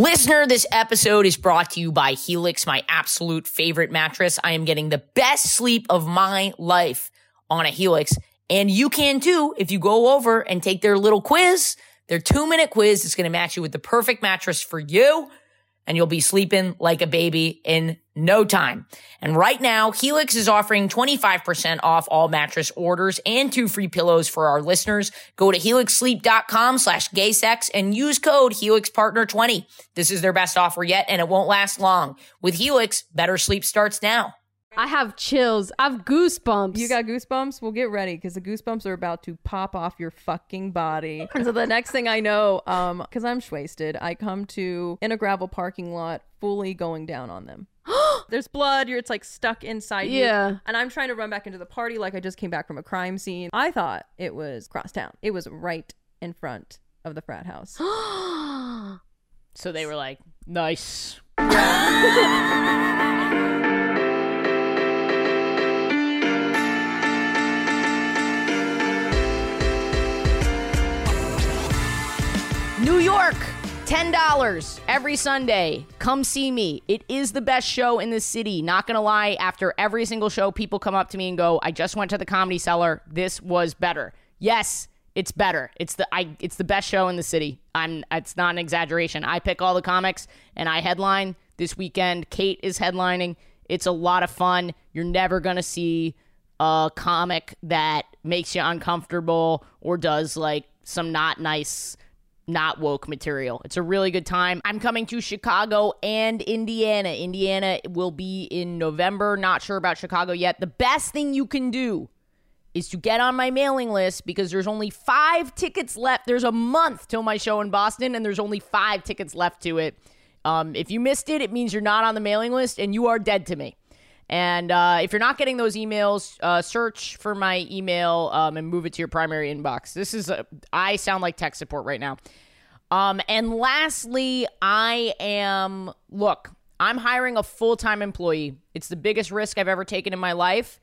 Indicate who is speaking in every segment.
Speaker 1: Listener, this episode is brought to you by Helix, my absolute favorite mattress. I am getting the best sleep of my life on a Helix. And you can too if you go over and take their little quiz, their two minute quiz. It's going to match you with the perfect mattress for you and you'll be sleeping like a baby in no time. And right now, Helix is offering 25% off all mattress orders and two free pillows for our listeners. Go to helixsleep.com slash gaysex and use code HelixPartner20. This is their best offer yet, and it won't last long. With Helix, better sleep starts now.
Speaker 2: I have chills. I have goosebumps.
Speaker 3: You got goosebumps? Well, get ready because the goosebumps are about to pop off your fucking body. And so the next thing I know, um, because I'm wasted, I come to in a gravel parking lot, fully going down on them. There's blood. You're, it's like stuck inside you.
Speaker 2: Yeah.
Speaker 3: And I'm trying to run back into the party like I just came back from a crime scene. I thought it was crosstown. It was right in front of the frat house.
Speaker 4: So they were like, nice.
Speaker 2: New York, $10 every Sunday. Come see me. It is the best show in the city. Not going to lie, after every single show, people come up to me and go, "I just went to the Comedy Cellar. This was better." Yes, it's better. It's the I it's the best show in the city. I'm it's not an exaggeration. I pick all the comics and I headline this weekend. Kate is headlining. It's a lot of fun. You're never going to see a comic that makes you uncomfortable or does like some not nice not woke material. It's a really good time. I'm coming to Chicago and Indiana. Indiana will be in November. Not sure about Chicago yet. The best thing you can do is to get on my mailing list because there's only five tickets left. There's a month till my show in Boston, and there's only five tickets left to it. Um, if you missed it, it means you're not on the mailing list and you are dead to me. And uh, if you're not getting those emails, uh, search for my email um, and move it to your primary inbox. This is, a, I sound like tech support right now. Um, and lastly, I am, look, I'm hiring a full time employee. It's the biggest risk I've ever taken in my life.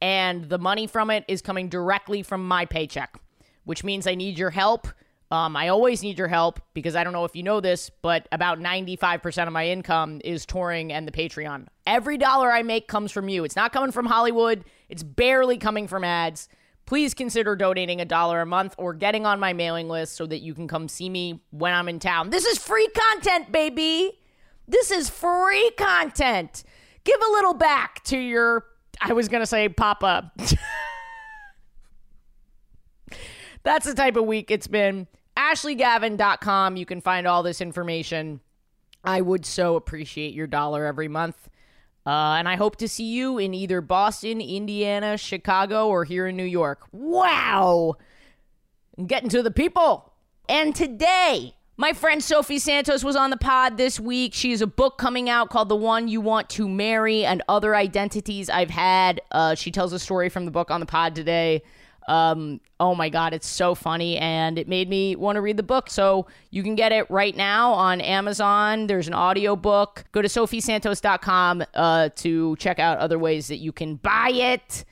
Speaker 2: And the money from it is coming directly from my paycheck, which means I need your help. Um, I always need your help because I don't know if you know this, but about 95% of my income is touring and the Patreon. Every dollar I make comes from you. It's not coming from Hollywood, it's barely coming from ads. Please consider donating a dollar a month or getting on my mailing list so that you can come see me when I'm in town. This is free content, baby. This is free content. Give a little back to your, I was going to say, Papa. that's the type of week it's been. AshleyGavin.com. You can find all this information. I would so appreciate your dollar every month. Uh, and I hope to see you in either Boston, Indiana, Chicago, or here in New York. Wow! I'm getting to the people. And today, my friend Sophie Santos was on the pod this week. She has a book coming out called The One You Want to Marry and Other Identities I've Had. Uh, she tells a story from the book on the pod today. Um, oh my God, it's so funny. And it made me want to read the book. So you can get it right now on Amazon. There's an audiobook. Go to sophiesantos.com uh, to check out other ways that you can buy it.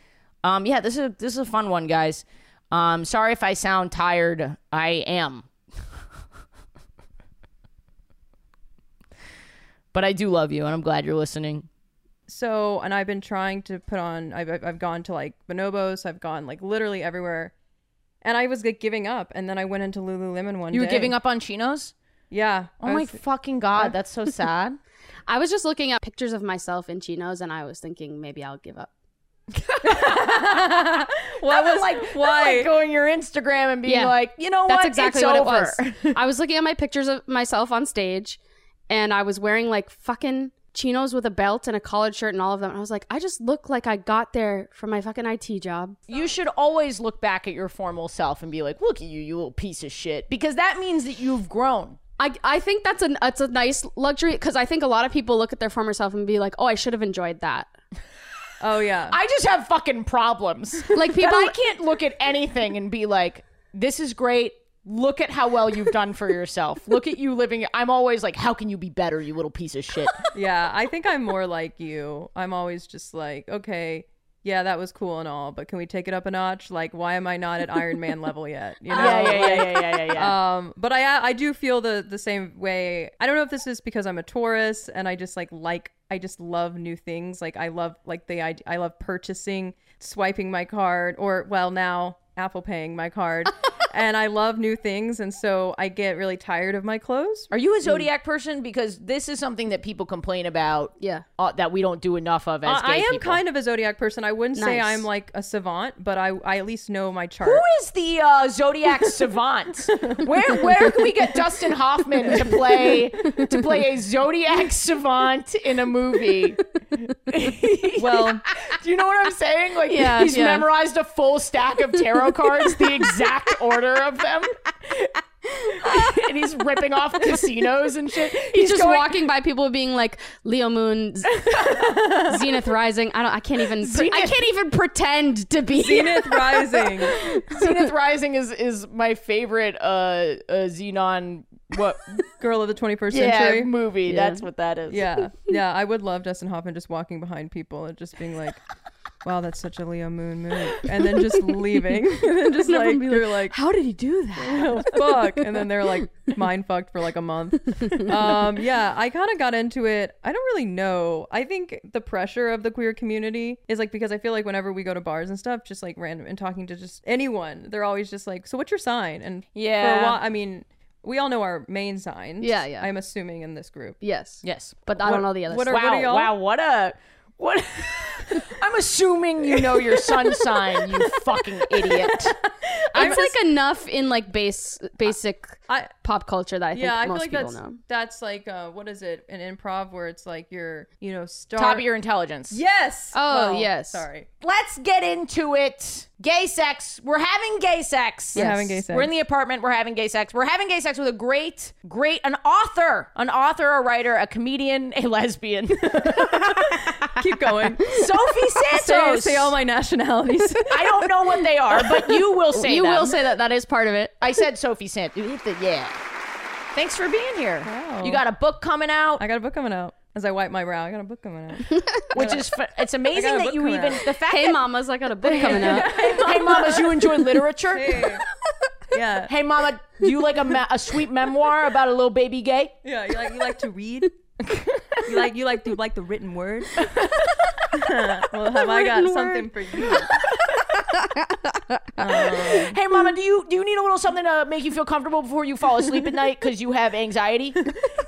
Speaker 2: Um, yeah, this is a, this is a fun one, guys. Um, sorry if I sound tired. I am. but I do love you, and I'm glad you're listening.
Speaker 3: so and i've been trying to put on i've, I've I've gone to like bonobos i've gone like literally everywhere and i was like giving up and then i went into lululemon one
Speaker 2: You
Speaker 3: day
Speaker 2: were giving up on chinos?
Speaker 3: yeah
Speaker 2: Oh
Speaker 3: I
Speaker 2: my
Speaker 3: was-
Speaker 2: fucking God, that's so sad.
Speaker 5: I was just looking at pictures of myself in chinos, and I was thinking maybe I'll give up.
Speaker 3: what was
Speaker 2: like
Speaker 3: like
Speaker 2: why
Speaker 3: why
Speaker 2: like going your Instagram and being
Speaker 5: Yeah.
Speaker 2: like, you know
Speaker 5: That's
Speaker 2: what?
Speaker 5: exactly
Speaker 2: it's
Speaker 5: what
Speaker 2: over.
Speaker 5: it was. I was looking at my pictures of myself on stage, and I was wearing like fucking chinos with a belt and a collared shirt and all of them. And I was like, I just look like I got there from my fucking IT job.
Speaker 2: You should always look back at your formal self and be like, look at you, you little piece of shit, because that means that you've grown.
Speaker 5: I, I think that's a that's a nice luxury because I think a lot of people look at their former self and be like, oh, I should have enjoyed that.
Speaker 3: oh yeah
Speaker 2: I just have fucking problems.
Speaker 5: Like people,
Speaker 2: I can't look at anything and be like, this is great. Look at how well you've done for yourself. Look at you living. I'm always like, how can you be better, you little piece of shit?
Speaker 3: yeah i think i'm more like you i'm always just like okay yeah, that was cool and all, but can we take it up a notch? Like, why am I not at Iron Man level yet? You know?
Speaker 6: Yeah, yeah, yeah,
Speaker 3: Like,
Speaker 6: yeah, yeah, yeah. yeah.
Speaker 3: um but i i do feel the the same way i don't know if this is because i'm a taurus and i just like like i just love new things like i love like the i, I love purchasing swiping my card or well now apple paying my card and i love new things and so i get really tired of my clothes
Speaker 2: Are you a zodiac person? Because this is something that people complain about.
Speaker 5: Yeah.
Speaker 2: uh, that we don't do enough of as
Speaker 3: Uh,
Speaker 2: gay
Speaker 3: i am
Speaker 2: people.
Speaker 3: kind of a zodiac person i wouldn't say
Speaker 5: Nice.
Speaker 3: i'm like a savant but i i at least know my chart
Speaker 2: Who is the uh, Zodiac savant? Where where can we get Dustin Hoffman to play to play a Zodiac savant in a movie?
Speaker 3: well
Speaker 2: Do you know what I'm saying? Like
Speaker 5: Yeah,
Speaker 2: he's
Speaker 5: yeah.
Speaker 2: memorized a full stack of tarot cards, the exact order of them. and he's ripping off casinos and shit.
Speaker 5: He's just
Speaker 2: going-
Speaker 5: walking by people being like Leo Moon, Z- Zenith Rising. I don't. I can't even. Pre- I
Speaker 2: Zenith-
Speaker 5: can't even pretend to be.
Speaker 3: zenith rising
Speaker 2: Zenith Rising is is my favorite uh, uh Xenon what
Speaker 3: girl of the 21st
Speaker 2: yeah,
Speaker 3: century
Speaker 2: movie. That's what that is.
Speaker 3: Yeah, yeah, I would love Dustin Hoffman just walking behind people and just being like, "Wow, that's such a Leo Moon move," and then just leaving, and then just like
Speaker 5: Everyone be
Speaker 3: they're like,
Speaker 5: How did he do that?
Speaker 3: "Oh fuck," and then they're like mind fucked for like a month. Um, yeah, I kind of got into it. I don't really know. I think the pressure of the queer community is like because I feel like whenever we go to bars and stuff, just like random and talking to just anyone, they're always just like, "So what's your sign?" And for
Speaker 2: Yeah.
Speaker 3: a while, I mean. We all know our main signs.
Speaker 5: Yeah, yeah.
Speaker 3: I'm assuming in this group.
Speaker 5: Yes.
Speaker 2: Yes.
Speaker 5: But I don't know the other.
Speaker 3: what
Speaker 5: What
Speaker 3: are-
Speaker 2: wow,
Speaker 3: y'all?
Speaker 2: wow, what a what I'm assuming you know your sun sign, you fucking idiot.
Speaker 5: it's like enough in like base basic
Speaker 3: I
Speaker 5: pop culture that I think
Speaker 3: yeah, I feel
Speaker 5: most
Speaker 3: like
Speaker 5: people
Speaker 3: that's
Speaker 5: know.
Speaker 3: that's like uh, what is it? An improv where it's like you're you know star
Speaker 2: Top of your intelligence.
Speaker 3: yes.
Speaker 5: Oh,
Speaker 3: Well,
Speaker 5: yes.
Speaker 3: Sorry,
Speaker 2: Let's get into it. Gay sex. We're having gay sex.
Speaker 3: We're having gay sex.
Speaker 2: We're in the apartment. We're having gay sex. We're having gay sex with a great, great, an author, an author, a writer, a comedian, a lesbian.
Speaker 3: keep going.
Speaker 2: Sophie
Speaker 3: say,
Speaker 2: Santos.
Speaker 3: say all my nationalities.
Speaker 2: I don't know what they are, but you will say
Speaker 5: you
Speaker 2: them.
Speaker 5: will say that that is part of it.
Speaker 2: I said Sophie Santos. Yeah. Thanks for being here.
Speaker 3: Wow.
Speaker 2: You got a book coming out.
Speaker 3: I got a book coming out. As I wipe my brow, I got a book coming out.
Speaker 2: which is fa- it's amazing
Speaker 3: a
Speaker 2: that
Speaker 3: book
Speaker 2: you
Speaker 3: coming
Speaker 2: even
Speaker 3: out.
Speaker 2: the fact
Speaker 5: Hey,
Speaker 2: that
Speaker 5: mamas, I got a book coming out.
Speaker 2: hey mamas you enjoy literature hey,
Speaker 3: Hey. yeah,
Speaker 2: mama do you like a, ma- a sweet memoir about a little baby gay
Speaker 3: yeah. You like you like to read. You like you like to like the written word. well, have I got
Speaker 5: written
Speaker 3: something for you?
Speaker 2: hey mama do you do you need a little something to make you feel comfortable before you fall asleep at night because you have anxiety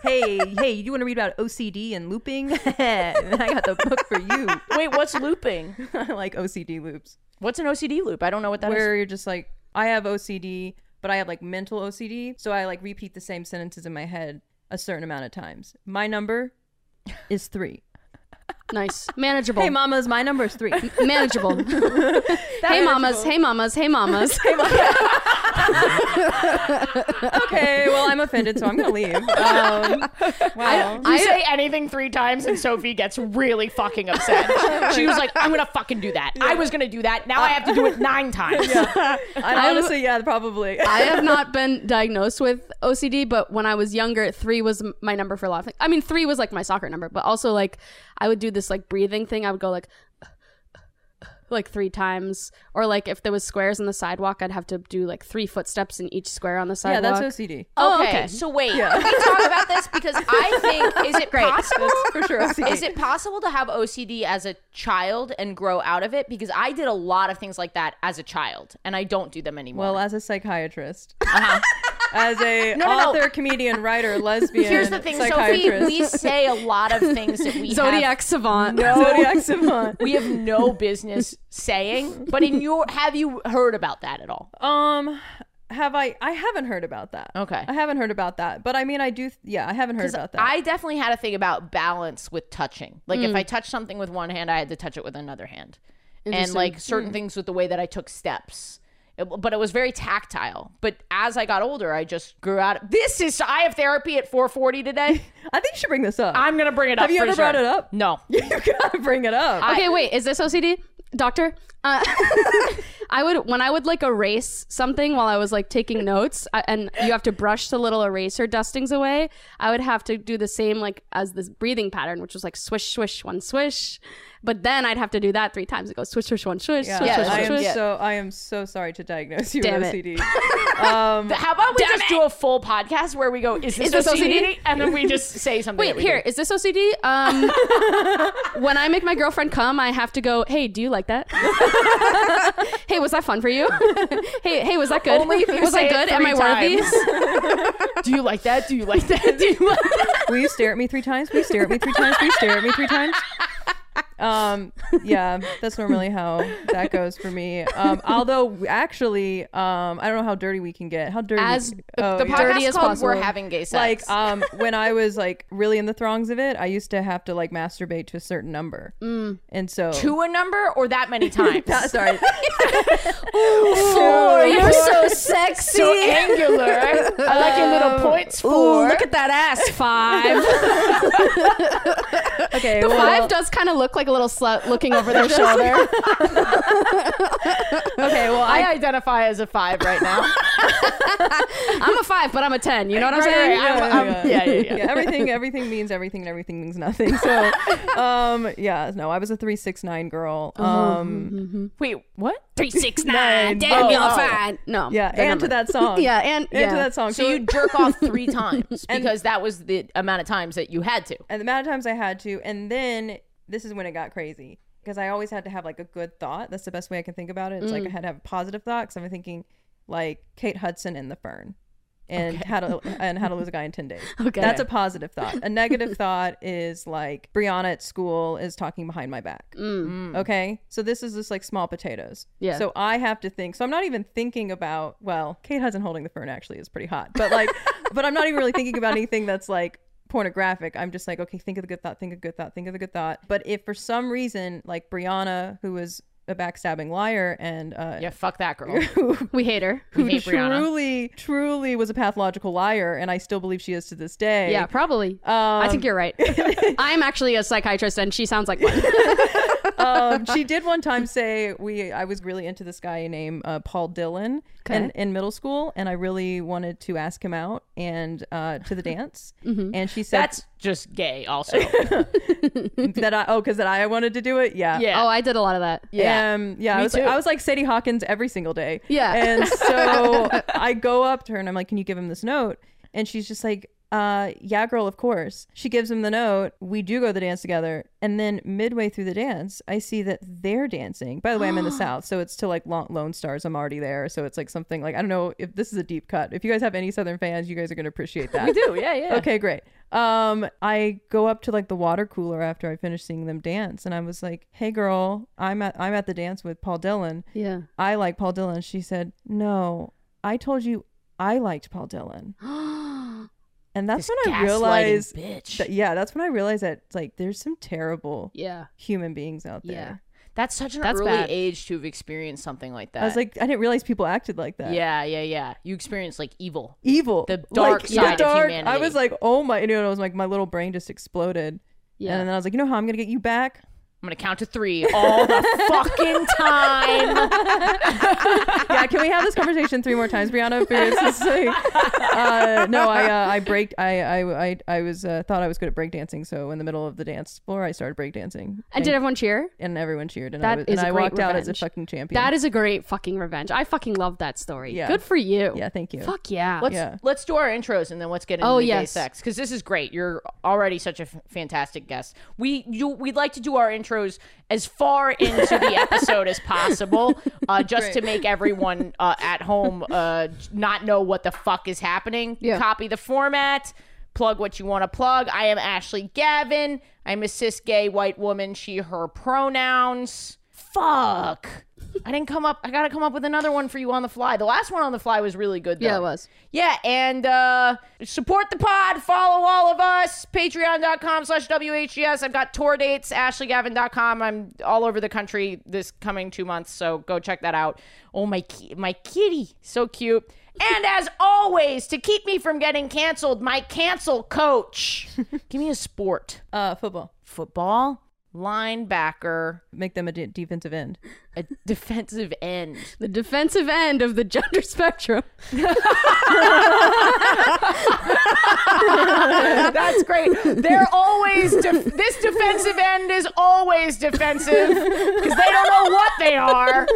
Speaker 3: Hey, hey, you want to read about OCD and looping? I got the book for you.
Speaker 2: wait what's looping
Speaker 3: I like OCD loops.
Speaker 2: what's an ocd loop i don't know what that is.
Speaker 3: where you're just like i have ocd but i have like mental ocd so i like repeat the same sentences in my head a certain amount of times my number is three
Speaker 5: Nice, manageable,
Speaker 3: hey mamas my number is three
Speaker 5: manageable. hey mamas, hey mamas, hey mamas.
Speaker 3: okay well i'm offended so i'm gonna leave um, wow
Speaker 2: you say anything three times and sophie gets really fucking upset she was like i'm gonna fucking do that i was gonna do that now i have to do it nine times
Speaker 3: I, honestly yeah probably
Speaker 5: I have not been diagnosed with OCD, but when I was younger, three was m- my number for a lot of things. I mean, three was like my soccer number, but also like I would do this like breathing thing. I would go like like three times, or like if there was squares on the sidewalk, I'd have to do like three footsteps in each square on the
Speaker 3: yeah
Speaker 5: sidewalk.
Speaker 3: that's ocd
Speaker 5: Oh,
Speaker 7: okay,
Speaker 5: okay.
Speaker 7: so wait, can we talk about this because I think is it possible?
Speaker 3: That's for sure OCD.
Speaker 7: Is it possible to have OCD as a child and grow out of it? Because I did a lot of things like that as a child, and I don't do them anymore.
Speaker 3: well as a psychiatrist as a
Speaker 7: no, no.
Speaker 3: author comedian writer lesbian
Speaker 7: Here's the thing, Sophie.
Speaker 3: psychiatrist
Speaker 7: We say a lot of things that we
Speaker 5: Zodiac
Speaker 7: Have,
Speaker 5: savant.
Speaker 3: zodiac savant
Speaker 7: we have no business saying. But in your, have you heard about that at all?
Speaker 3: Um, have I? I haven't heard about that.
Speaker 7: Okay.
Speaker 3: I haven't heard about that. But I mean, I do. Yeah, I haven't heard
Speaker 7: 'Cause
Speaker 3: about that.
Speaker 7: I definitely had a thing about balance with touching. Like
Speaker 2: Mm.
Speaker 7: if I touched something with one hand, I had to touch it with another hand, and like
Speaker 2: Mm.
Speaker 7: certain things with the way that I took steps. It- but it was very tactile. But as I got older, I just grew out. Of, this is I have therapy at 4:40 today.
Speaker 3: I think you should bring this up.
Speaker 2: i'm gonna bring it up
Speaker 3: Have you
Speaker 2: for
Speaker 3: ever
Speaker 2: sure.
Speaker 3: brought it up?
Speaker 2: no
Speaker 3: you gotta bring it up.
Speaker 5: Okay, wait, is this OCD? Doctor? Uh, I would when I would like erase something while I was like taking notes, I, and you have to brush the little eraser dustings away. I would have to do the same like as this breathing pattern, which was like swish, swish, one swish. But then I'd have to do that three times. It goes swish, swish, one swish,
Speaker 3: Yeah,
Speaker 5: swish, swish, one
Speaker 3: I am
Speaker 5: swish.
Speaker 3: so I am so sorry to diagnose you
Speaker 5: Damn
Speaker 3: with
Speaker 5: it.
Speaker 3: OCD.
Speaker 2: But How about we
Speaker 5: Damn
Speaker 2: just do a full podcast where we go, is this,
Speaker 5: this
Speaker 2: OCD?
Speaker 5: OCD?
Speaker 2: And then we just say something.
Speaker 5: Wait,
Speaker 2: that we
Speaker 5: here is this OCD? Um, when I make my girlfriend come, I have to go. Hey, do you like that? hey, was that fun for you? hey, hey, was that good?
Speaker 2: Only if you
Speaker 5: was I
Speaker 2: say it
Speaker 5: good? Am
Speaker 2: three
Speaker 5: I worthy?
Speaker 2: do. Do you like that? Do you like that? Do you like that?
Speaker 3: Will you stare at me three times? Will you stare at me three times? Will you stare at me three times? Um, yeah, that's normally how that goes for me. Um, although actually, um, I don't know how dirty we can get. How dirty?
Speaker 5: As
Speaker 3: oh,
Speaker 5: the
Speaker 3: yeah.
Speaker 5: Dirty
Speaker 2: Podcast
Speaker 5: as
Speaker 2: called
Speaker 5: possible.
Speaker 2: We're having gay sex.
Speaker 3: like
Speaker 7: uh,
Speaker 3: um when i was like really in the throngs of it i used to have to like masturbate to a certain number
Speaker 5: Mm.
Speaker 3: and so
Speaker 2: to a number or that many times?
Speaker 3: Ah, sorry
Speaker 2: four.
Speaker 5: Oh, You're so sexy.
Speaker 2: so
Speaker 3: eh,
Speaker 2: angular. I like your little points. Four.
Speaker 5: look at that ass. Five.
Speaker 3: okay
Speaker 5: The
Speaker 3: well,
Speaker 5: five does kind of look like a little slut looking over their shoulder.
Speaker 2: okay, well, I, identify as a five right now.
Speaker 5: I'm a five, but I'm a ten. You know what I'm
Speaker 2: Right,
Speaker 5: saying?
Speaker 2: right, I'm- I'm- yeah, yeah, yeah.
Speaker 3: yeah, everything everything means everything and everything means nothing so um yeah no i was a 369 girl
Speaker 5: Uh-huh,
Speaker 3: um
Speaker 5: mm-hmm.
Speaker 2: Wait, what?
Speaker 5: Three six nine.
Speaker 2: Oh,
Speaker 5: Damn, you're
Speaker 2: oh.
Speaker 5: fine. No.
Speaker 3: yeah
Speaker 5: the
Speaker 3: and
Speaker 5: number.
Speaker 3: to that song
Speaker 5: Yeah, and,
Speaker 3: and
Speaker 5: yeah.
Speaker 3: to that song
Speaker 2: So you jerk off three times because that was the amount of times that you had to.
Speaker 3: and the amount of times I had to, and then this is when it got crazy because I always had to have like a good thought. That's the best way I can think about it. It's like I had to have a positive thought because I'm thinking like Kate Hudson in The Fern, and how to and how to lose a guy in ten days.
Speaker 5: Okay.
Speaker 3: that's a positive thought. A negative thought is like Brianna at school is talking behind my back. Okay, so this is just like small potatoes.
Speaker 5: Yeah.
Speaker 3: So I have to think. So I'm not even thinking about. Well, Kate Hudson holding the fern actually is pretty hot, but like, but I'm not even really thinking about anything that's like pornographic. I'm just like, okay, think of the good thought, think of the good thought, think of the good thought. But if for some reason, like Brianna, who was a backstabbing liar and uh,
Speaker 2: Yeah, fuck that girl.
Speaker 5: We hate her.
Speaker 2: We
Speaker 3: who
Speaker 2: hate Brianna.
Speaker 3: truly, truly was a pathological liar, and I still believe she is to this day.
Speaker 5: Yeah, probably. I think you're right. I'm actually a psychiatrist, and she sounds like one.
Speaker 3: um, she did one time say we I was really into this guy named uh, Paul Dillon in, in middle school, and I really wanted to ask him out and uh, to the dance. And she said
Speaker 8: That's just gay, also.
Speaker 3: that I oh because that I wanted to do it. Yeah.
Speaker 8: Yeah.
Speaker 5: Oh, I did a lot of that.
Speaker 3: Yeah, um, yeah. I was,
Speaker 8: too.
Speaker 3: I was like Sadie Hawkins every single day.
Speaker 5: Yeah.
Speaker 3: and so I go up to her and I'm like, "Can you give him this note?" And she's just like, "Uh, yeah, girl, of course." She gives him the note. We do go to the dance together, and then midway through the dance, I see that they're dancing. By the way, I'm in the South, so it's to like Lon- Lone Stars. I'm already there, so it's like something like I don't know if this is a deep cut. If you guys have any Southern fans, you guys are gonna appreciate that. we
Speaker 2: do, yeah, yeah.
Speaker 3: Okay, great. Um, I go up to like the water cooler after I finish seeing them dance, and I was like, "Hey, girl, I'm at I'm at the dance with Paul Dillon.
Speaker 5: Yeah.
Speaker 3: I like Paul Dillon." She said, "No, I told you I liked Paul Dillon," and that's
Speaker 2: This
Speaker 3: when I
Speaker 2: gaslighting
Speaker 3: realized.
Speaker 2: bitch.
Speaker 3: That, yeah, that's when I realized that like there's some terrible
Speaker 5: Yeah.
Speaker 3: human beings out
Speaker 5: Yeah.
Speaker 3: there.
Speaker 2: That's such an
Speaker 5: That's
Speaker 2: early
Speaker 5: bad.
Speaker 2: age to have experienced something like that.
Speaker 3: I was like, I didn't realize people acted like that.
Speaker 2: yeah, yeah, yeah. You experience like evil.
Speaker 3: evil,
Speaker 2: The dark
Speaker 3: like,
Speaker 2: side of
Speaker 3: The dark. I
Speaker 2: humanity.
Speaker 3: was like, oh my, you know, it was like my little brain just exploded.
Speaker 5: Yeah.
Speaker 3: And then I was like, you know how I'm gonna get you back?
Speaker 2: I'm gonna count to three all the fucking time.
Speaker 3: yeah, can we have this conversation three more times, Brianna? Because this is like- uh, no, I uh, I break I I I, I was uh, thought I was good at breakdancing, so in the middle of the dance floor, I started breakdancing,
Speaker 5: And did everyone cheer?
Speaker 3: and everyone cheered, and I
Speaker 5: That
Speaker 3: was,
Speaker 5: is
Speaker 3: and
Speaker 5: a
Speaker 3: I
Speaker 5: great
Speaker 3: walked out as a
Speaker 5: revenge.
Speaker 3: fucking champion.
Speaker 5: That is a great fucking revenge. I fucking love that story.
Speaker 3: Yeah.
Speaker 5: Good for you.
Speaker 3: yeah, thank you.
Speaker 5: Fuck yeah.
Speaker 2: Let's
Speaker 3: Yeah.
Speaker 2: let's do our intros and then let's get into
Speaker 5: Oh,
Speaker 2: the gay
Speaker 5: yes.
Speaker 2: sex because this is great. You're already such a f- fantastic guest. We you we'd like to do our intros as far into the episode as possible, uh, just to make everyone uh, at home uh, not know what the fuck is happening.
Speaker 5: Yeah.
Speaker 2: Copy the format. Plug what you want to plug. I am Ashley Gavin. I'm a cis gay white woman. She her pronouns. Fuck. I didn't come up. I gotta come up with another one for you on the fly. The last one on the fly was really good. Though.
Speaker 5: Yeah, it was.
Speaker 2: Yeah, and uh, support the pod. Follow all of us. Patreon.com slash WHGS. I've got tour dates. AshleyGavin.com. I'm all over the country this coming two months, so go check that out. Oh, my, ki- my kitty. So cute. And as always, to keep me from getting canceled, my cancel coach. Give me a sport.
Speaker 3: uh, football.
Speaker 2: Football? linebacker,
Speaker 3: Make them a de- defensive end.
Speaker 2: a defensive end.
Speaker 5: The defensive end of the gender spectrum.
Speaker 2: That's great. They're always def- this defensive end is always defensive because they don't know what they are.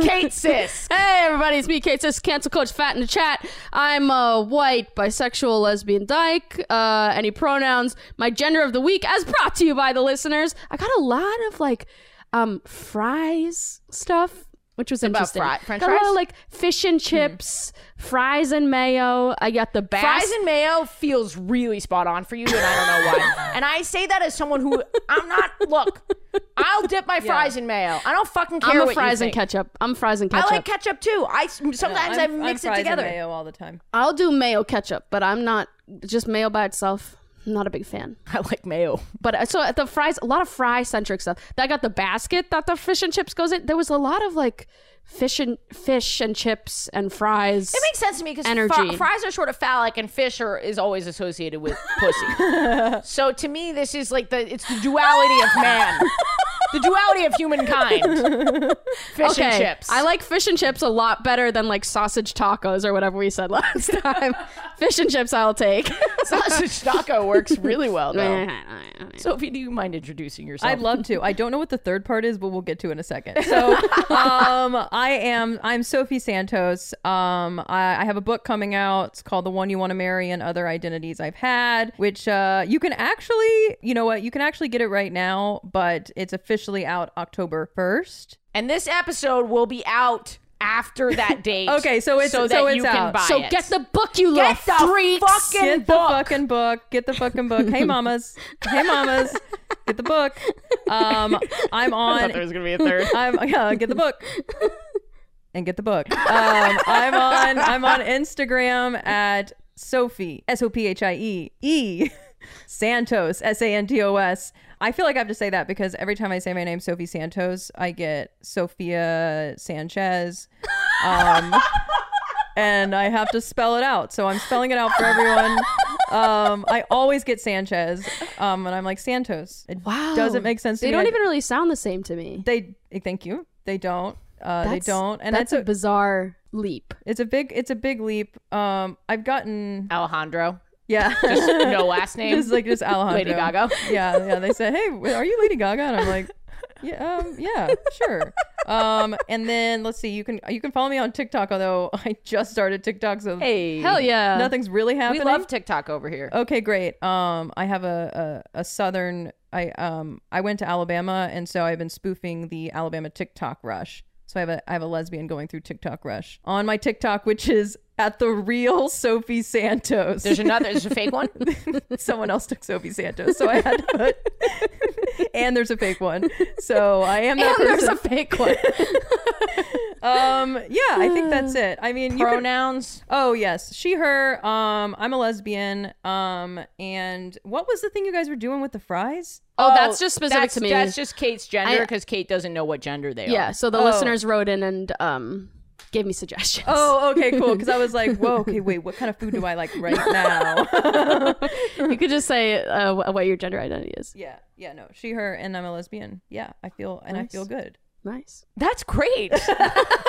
Speaker 2: Kate Sis.
Speaker 5: Hey, everybody, it's me, Kate Sis, cancel coach, fat in the chat. I'm a white, bisexual, lesbian dyke. Uh, any pronouns? My gender of the week, as brought to you by the listeners. I got a lot of like um fries stuff, which was interesting.
Speaker 2: fri- french
Speaker 5: got a lot
Speaker 2: fries?
Speaker 5: of like fish and chips, fries and mayo. I got the bass.
Speaker 2: Fries and mayo feels really spot on for you, and I don't know why. and I say that as someone who I'm not. Look, I'll dip my fries in mayo. I don't fucking care.
Speaker 5: I'm
Speaker 2: what
Speaker 5: a
Speaker 2: you
Speaker 5: fries and
Speaker 2: think.
Speaker 5: ketchup. I'm fries and
Speaker 2: I
Speaker 5: ketchup.
Speaker 2: like ketchup too. I s- sometimes I
Speaker 3: I'm- I'm
Speaker 2: mix
Speaker 3: fries
Speaker 2: it
Speaker 3: and
Speaker 2: together.
Speaker 3: mayo all the time.
Speaker 5: I'll do mayo ketchup, but I'm not just mayo by itself. I'm not a big fan.
Speaker 2: I like mayo.
Speaker 5: But uh, so at the fries, a lot of fry centric stuff. I got the basket that the fish and chips goes in. There was a lot of like fish and fish and chips and fries.
Speaker 2: It makes sense to me because
Speaker 5: Energy.
Speaker 2: fries are sort of phallic and fish are is always associated with pussy. So to me, this is like the it's the duality of man, the duality of humankind. Fish and chips.
Speaker 5: I like fish and chips a lot better than like sausage tacos or whatever we said last time. fish and chips, I'll take.
Speaker 2: sausage taco works really well though.
Speaker 5: so
Speaker 2: Sophie, do you mind introducing yourself?
Speaker 3: I'd love to. I don't know what the third part is, but we'll get to it in a second. So, um, I am I'm Sophie Santos. Um, I, I have a book coming out. It's called "The One You Want to Marry and Other Identities I've Had," which uh, you can actually, you know what, you can actually get it right now, but it's officially out October first.
Speaker 2: and this episode will be out after that date.
Speaker 3: Okay, so it's-
Speaker 2: so,
Speaker 3: so
Speaker 2: that
Speaker 3: it's
Speaker 2: you can
Speaker 3: out.
Speaker 2: buy it.
Speaker 5: get the book, you
Speaker 2: Get
Speaker 5: little
Speaker 2: the
Speaker 5: freaks.
Speaker 2: fucking
Speaker 3: Get the fucking book. Get the fucking book. Hey mamas. Hey mamas. Get the book. Um, I'm on
Speaker 9: There was gonna be a third.
Speaker 3: I'm uh, get the book and get the book. Um, I'm on I'm on Instagram at Sophie S O P H I E E Santos S A N T O S. I feel like I have to say that because every time I say my name, Sophie Santos, I get Sophia Sanchez. Um, and I have to spell it out. So I'm spelling it out for everyone. Um, I always get Sanchez, um, and I'm like Santos. It
Speaker 5: Wow.
Speaker 3: doesn't make sense. To
Speaker 5: They
Speaker 3: me.
Speaker 5: don't
Speaker 3: I-
Speaker 5: even really sound the same to me.
Speaker 3: they eh, thank you they don't uh they
Speaker 5: That's-
Speaker 3: don't and
Speaker 5: that's
Speaker 3: that's
Speaker 5: a,
Speaker 3: a
Speaker 5: bizarre leap.
Speaker 3: it's a big it's a big leap um i've gotten
Speaker 2: Alejandro.
Speaker 3: yeah
Speaker 2: Just no last name.
Speaker 3: just like just alejandro
Speaker 2: Lady Gaga.
Speaker 3: yeah yeah they said hey w- are you lady gaga and i'm like yeah um yeah sure um and then let's see you can you can follow me on tiktok although i just started tiktok so
Speaker 2: Hey, uh,
Speaker 5: Hell yeah.
Speaker 3: nothing's really
Speaker 2: we
Speaker 3: happening
Speaker 2: love TikTok over here.
Speaker 3: Okay, great. Um, I have a, a a southern. I um I went to Alabama, and so I've been spoofing the Alabama TikTok rush. So I have a I have a lesbian going through TikTok rush on my TikTok, which is at the real Sophie Santos.
Speaker 2: There's another. There's a fake one.
Speaker 3: Someone else took Sophie Santos, so I had to put. and there's a fake one, so I am that
Speaker 5: And there's a
Speaker 3: person.
Speaker 5: fake one.
Speaker 3: um, yeah, I think that's it. I mean, you can,
Speaker 2: Pronouns.
Speaker 3: Oh yes, she her. Um, I'm a lesbian. Um, and what was the thing you guys were doing with the fries?
Speaker 5: Oh, that's just specific
Speaker 2: that's-
Speaker 5: to me.
Speaker 2: That's just Kate's
Speaker 5: I-
Speaker 2: gender because Kate doesn't know what gender they
Speaker 5: Yeah,
Speaker 2: are.
Speaker 5: so the listeners wrote in and um, gave me suggestions.
Speaker 3: Oh, okay, cool. Because I was like, whoa, okay, wait, what kind of food do I like right now?
Speaker 5: you could just say uh, wh- what your gender identity is.
Speaker 3: yeah, yeah, no, she her, and I'm a lesbian. Yeah, I feel and I feel good.
Speaker 5: Nice.
Speaker 2: That's great.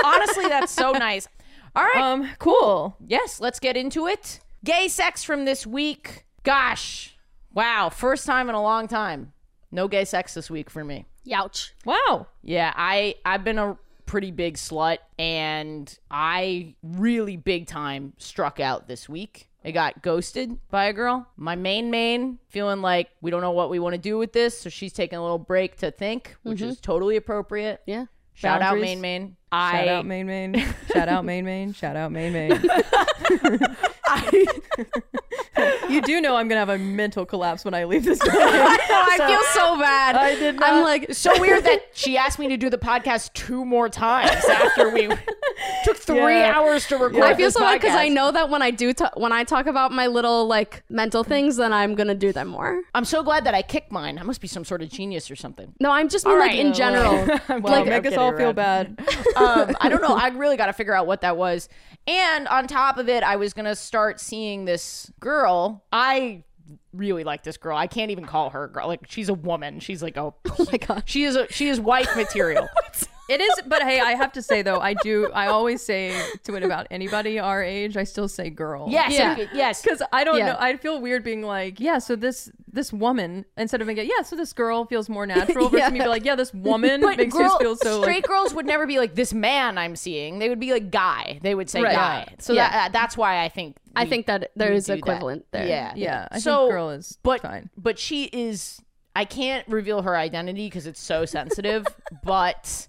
Speaker 2: Honestly, that's so nice. All right.
Speaker 3: Um, cool.
Speaker 2: yes, let's get into it. Gay sex from this week. Gosh. Wow. First time in a long time. No gay sex this week for me.
Speaker 5: Youch.
Speaker 3: Wow.
Speaker 2: Yeah, I I've been a pretty big slut and I really big time struck out this week. I got ghosted by a girl. My main main feeling like we don't know what we want to do with this, so she's taking a little break to think, which is totally appropriate.
Speaker 5: Yeah.
Speaker 2: Shout out
Speaker 3: Mm-hmm. Boundaries.
Speaker 2: main main.
Speaker 3: Shout
Speaker 2: I
Speaker 3: out main main. Shout out main main. Shout out main main. you do know I'm gonna have a mental collapse when I leave this.
Speaker 5: I feel so bad. I
Speaker 3: did
Speaker 5: I'm like,
Speaker 2: so weird that she asked me to do the podcast two more times after we took three
Speaker 3: Yeah.
Speaker 2: hours to record.
Speaker 5: I feel
Speaker 2: this
Speaker 5: so bad because I
Speaker 2: podcast.
Speaker 5: know that when I do ta- when I talk about my little like mental things, then I'm gonna do them more.
Speaker 2: I'm so glad that I kicked mine. I must be some sort of genius or something.
Speaker 5: No, I'm just mean, like in general. Oh
Speaker 3: Well, make us all feel bad.
Speaker 2: um, I don't know. I really got to figure out what that was. And on top of it, I was going to start seeing this girl. I
Speaker 10: really like this girl. I can't even call her a girl. Like she's a woman. She's like oh,
Speaker 5: Oh my gosh.
Speaker 10: she is a she is wife material.
Speaker 3: It is, but hey, I have to say though, I do. I always say to it about anybody our age. I still say girl.
Speaker 11: Yes,
Speaker 5: Yeah.
Speaker 11: okay, yes.
Speaker 3: because I don't
Speaker 5: Yeah.
Speaker 3: know. I feel weird being like, yeah. So this this woman instead of being like, yeah. So this girl feels more natural versus me being like, yeah. This woman
Speaker 2: But
Speaker 3: makes
Speaker 2: girl,
Speaker 3: you feel so
Speaker 2: straight
Speaker 3: like.
Speaker 2: girls would never be like this man I'm seeing. They would be like guy. They would say
Speaker 3: Right.
Speaker 2: guy. So
Speaker 5: Yeah.
Speaker 2: that, uh, that's why I think
Speaker 5: I
Speaker 2: we-
Speaker 5: think that there is
Speaker 2: do that.
Speaker 5: equivalent there.
Speaker 2: Yeah,
Speaker 3: Yeah, I
Speaker 2: So,
Speaker 3: think girl is
Speaker 2: but
Speaker 3: fine.
Speaker 2: but she is. I can't reveal her identity because it's so sensitive. but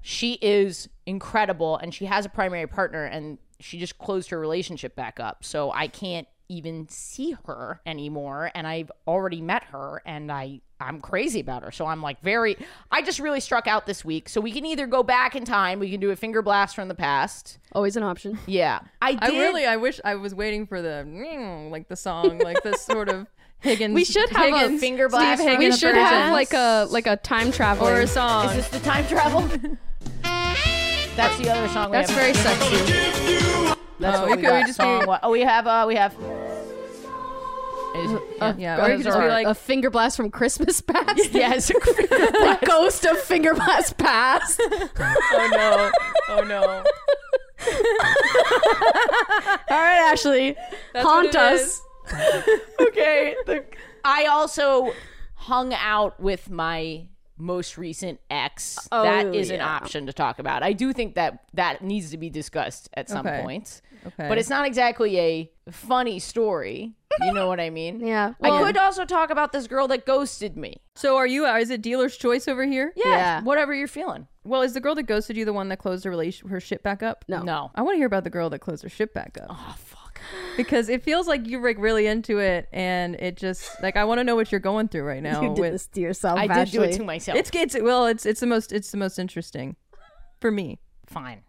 Speaker 2: she is incredible, and she has a primary partner, and she just closed her relationship back up. So I can't even see her anymore, and I've already met her, and I. I'm crazy about her. So I'm like very I just really struck out this week. So we can either go back in time, we can do a finger blast from the past.
Speaker 5: Always an option.
Speaker 2: Yeah. I did
Speaker 3: I really, I wish I was waiting for the mm, like the song, like this sort of Higgins.
Speaker 5: We should have a
Speaker 3: Higgins,
Speaker 2: finger blast
Speaker 3: Steve
Speaker 2: from
Speaker 5: We
Speaker 3: Higgins
Speaker 5: should
Speaker 3: version.
Speaker 5: have like a like a time travel.
Speaker 3: or a song.
Speaker 2: Is the time travel? That's the other song.
Speaker 5: That's
Speaker 2: we
Speaker 5: very
Speaker 2: have.
Speaker 5: sexy.
Speaker 2: That's
Speaker 3: Oh,
Speaker 2: what
Speaker 3: it could
Speaker 2: we got.
Speaker 3: just be-
Speaker 2: song. wa- Oh, we have. Uh, we have.
Speaker 3: yeah, or it could just be like
Speaker 5: a finger blast from Christmas past.
Speaker 2: Yes.
Speaker 5: the ghost of finger blast past.
Speaker 3: oh no, oh no.
Speaker 5: All right, Ashley, haunt
Speaker 3: what it
Speaker 5: us.
Speaker 3: is.
Speaker 2: okay. the- I also hung out with my most recent ex.
Speaker 5: Oh,
Speaker 2: that is an
Speaker 5: yeah.
Speaker 2: option to talk about. I do think that that needs to be discussed at some
Speaker 3: Okay.
Speaker 2: point.
Speaker 3: Okay.
Speaker 2: But it's not exactly a funny story. You know what I mean?
Speaker 5: Yeah.
Speaker 2: I
Speaker 5: Well-
Speaker 2: could also talk about this girl that ghosted me.
Speaker 3: So are you? uh, Is it dealer's choice over here?
Speaker 2: Yeah.
Speaker 5: Yeah.
Speaker 2: Whatever you're feeling.
Speaker 3: Well, is the girl that ghosted you the one that closed her relation her ship back up?
Speaker 5: No.
Speaker 2: No.
Speaker 3: I want to hear about the girl that closed her ship back up. Oh fuck. Because it feels like you're like really into it, and it just like I want to know what you're going through right now.
Speaker 5: You did
Speaker 3: with-
Speaker 5: this to yourself.
Speaker 2: I did do
Speaker 5: Ashley.
Speaker 2: it to myself.
Speaker 3: It's it's well, it's it's the most it's the most interesting for me.
Speaker 2: fine.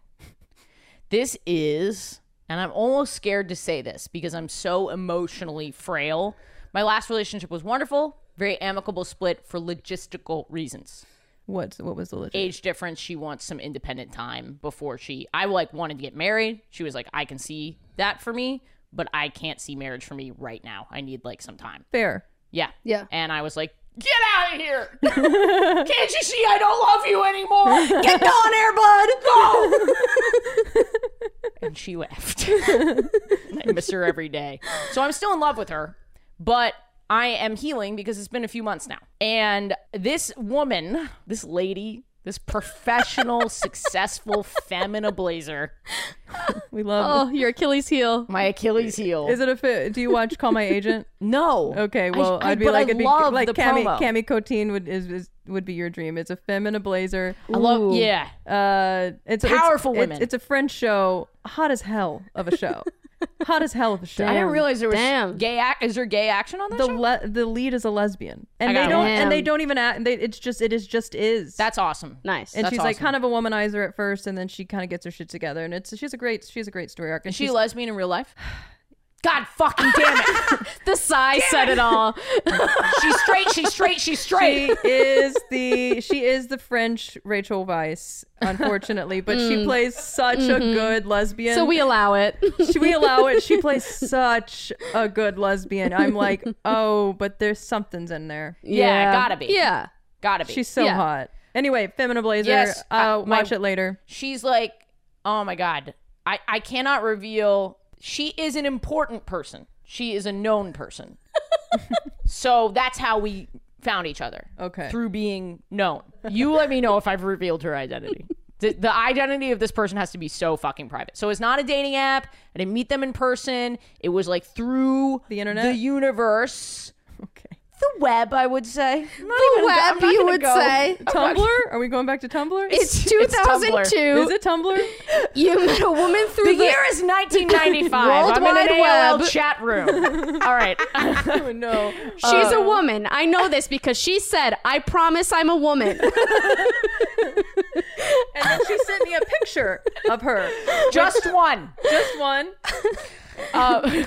Speaker 2: This is, and I'm almost scared to say this because I'm so emotionally frail. My last relationship was wonderful, very amicable split for logistical reasons.
Speaker 3: What's what was the legit?
Speaker 2: Age difference, she wants some independent time before she I like wanted to get married. She was like, I can see that for me, but I can't see marriage for me right now. I need like some time.
Speaker 3: Fair.
Speaker 2: Yeah.
Speaker 5: Yeah.
Speaker 2: And I was like, get out of here. Can't you see I don't love you anymore? Get on air, bud. Go. and she left. I miss her every day. So I'm still in love with her, but I am healing because it's been a few months now. And this woman, this lady, this professional, successful femina blazer,
Speaker 3: We love.
Speaker 5: Oh, your Achilles heel.
Speaker 2: my Achilles heel.
Speaker 3: Is it a fit? Do you watch Call My Agent?
Speaker 2: no.
Speaker 3: Okay,
Speaker 2: Oh. I-
Speaker 3: well,
Speaker 2: I-
Speaker 3: would be
Speaker 2: but
Speaker 3: like,
Speaker 2: I
Speaker 3: it'd be
Speaker 2: love
Speaker 3: like
Speaker 2: the
Speaker 3: Cami,
Speaker 2: promo.
Speaker 3: Cami Coteen would is, is would be your dream. It's a femme in a blazer.
Speaker 2: I love, Oh, yeah.
Speaker 3: Uh, it's it's-
Speaker 2: Powerful
Speaker 3: it's-
Speaker 2: women.
Speaker 3: It's, a French show, hot as hell of a show, hot as hell of a show.
Speaker 2: I didn't realize there was
Speaker 5: Damn.
Speaker 2: gay. Ac- is there gay action on that
Speaker 3: the
Speaker 2: show?
Speaker 3: le- the lead is a lesbian, and
Speaker 2: I
Speaker 3: they
Speaker 2: got
Speaker 3: don't
Speaker 5: one.
Speaker 3: and they don't even act. They, it's just it is just is.
Speaker 2: That's awesome.
Speaker 5: Nice.
Speaker 3: and
Speaker 2: that's
Speaker 3: she's like
Speaker 2: awesome.
Speaker 3: kind of a womanizer at first, and then she kind of gets her shit together. And it's she's a great she's a great story arc. And
Speaker 2: Is she
Speaker 3: she's
Speaker 2: a lesbian in real life? God fucking damn it.
Speaker 5: the sigh said it all.
Speaker 2: she's straight, she's straight, she's
Speaker 3: she
Speaker 2: straight.
Speaker 3: is the she is the French Rachel Weisz, unfortunately, but
Speaker 2: Mm.
Speaker 3: she plays such
Speaker 2: Mm-hmm.
Speaker 3: a good lesbian.
Speaker 5: so we allow it.
Speaker 3: Should we allow it? She plays such a good lesbian. I'm like, oh, but there's something's in there.
Speaker 2: Yeah, gotta be.
Speaker 5: Yeah.
Speaker 2: Gotta be.
Speaker 3: She's
Speaker 2: She's,
Speaker 3: so
Speaker 5: Yeah.
Speaker 3: hot. Anyway, Femina Blazer.
Speaker 2: Yes, I-
Speaker 3: uh,
Speaker 2: my-
Speaker 3: watch it later.
Speaker 2: like, oh my God. I, I cannot reveal. She is an important person. She is a known person. so that's how we found each other.
Speaker 3: Okay.
Speaker 2: Through being known. You let me know if I've revealed her identity. The, the identity of this person has to be so fucking private. So it's not a dating app. I didn't meet them in person. It was like through
Speaker 3: The internet?
Speaker 2: the universe.
Speaker 3: Okay.
Speaker 2: the web, I would say. I'm not even gonna go- I'm
Speaker 5: Web,
Speaker 2: not
Speaker 5: you
Speaker 2: gonna
Speaker 5: would
Speaker 2: go.
Speaker 5: say. Oh
Speaker 3: Tumblr? Are we going back to Tumblr?
Speaker 5: It's
Speaker 2: Tumblr.
Speaker 5: 2002.
Speaker 3: is it Tumblr?
Speaker 5: You met a woman
Speaker 2: The
Speaker 5: through the,
Speaker 2: year is 1995.
Speaker 5: World
Speaker 2: I'm in
Speaker 5: Wide
Speaker 2: an AOL
Speaker 5: Web.
Speaker 2: chat room. All right.
Speaker 3: Oh, no.
Speaker 5: She's a woman. I know this because she said, "I promise I'm a woman."
Speaker 3: And then she sent me a picture of her.
Speaker 2: Just one.
Speaker 3: Just one.
Speaker 2: Uh,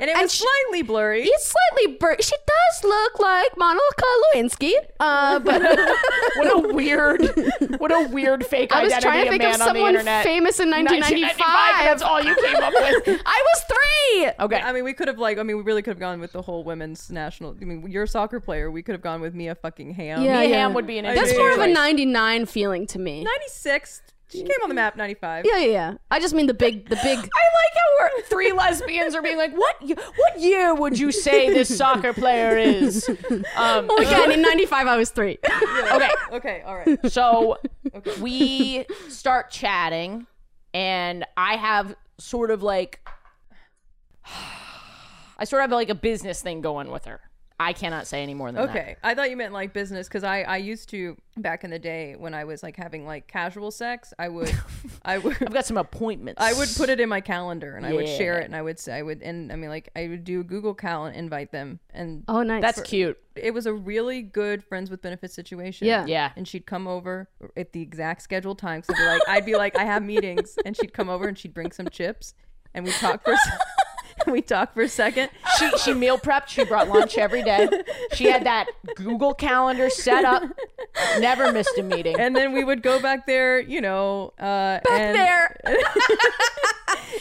Speaker 3: And it was slightly blurry.
Speaker 5: He's slightly bur- She does look like Monica Lewinsky. Uh, but
Speaker 2: What a weird, what a weird fake
Speaker 5: I was trying
Speaker 2: identity
Speaker 5: to
Speaker 2: of
Speaker 5: think
Speaker 2: man
Speaker 5: of
Speaker 2: on the
Speaker 5: someone
Speaker 2: internet.
Speaker 5: famous in 1995.
Speaker 2: That's all you came up with.
Speaker 5: I was three.
Speaker 2: Okay.
Speaker 3: I mean, we could have like, I mean, we really could have gone with the whole women's national. I mean, you're a soccer player. We could have gone with Mia fucking Ham.
Speaker 5: Yeah,
Speaker 2: Mia
Speaker 5: yeah.
Speaker 2: Hamm would be an
Speaker 3: I
Speaker 5: That's
Speaker 3: mean-
Speaker 2: interesting
Speaker 5: more of a
Speaker 2: choice.
Speaker 5: 99 feeling to me.
Speaker 3: 96. She came on the map 95.
Speaker 5: Yeah, yeah, yeah. I just mean the big, the big.
Speaker 2: I like how we're three lesbians are being like, what y- what year would you say this soccer player is? Um,
Speaker 5: Oh my god! In '95, I was three.
Speaker 2: okay,
Speaker 3: Okay, all right.
Speaker 2: so we start chatting, and I have sort of like, I sort of have like a business thing going with her. I cannot say any more than that.
Speaker 3: Okay, I thought you meant like business because I I used to back in the day when I was like having like casual sex, I would I
Speaker 2: I've
Speaker 3: would
Speaker 2: got some appointments.
Speaker 3: I would put it in my calendar and I would share it
Speaker 2: Yeah.
Speaker 3: and I would say I would and I mean like I would do a Google Cal and invite them and
Speaker 5: Oh, nice.
Speaker 2: That's cute.
Speaker 3: it was a really good friends with benefits situation.
Speaker 5: Yeah.
Speaker 2: Yeah.
Speaker 3: And she'd come over at the exact scheduled time. So I'd be like, I'd be like, I have meetings, and she'd come over and she'd bring some chips, and we talk for. A se- We talk for a second.
Speaker 2: She, she meal prepped. She brought lunch every day. She had that Google Calendar set up. Never missed a meeting.
Speaker 3: and then we would go back there, you know, uh, back
Speaker 5: there.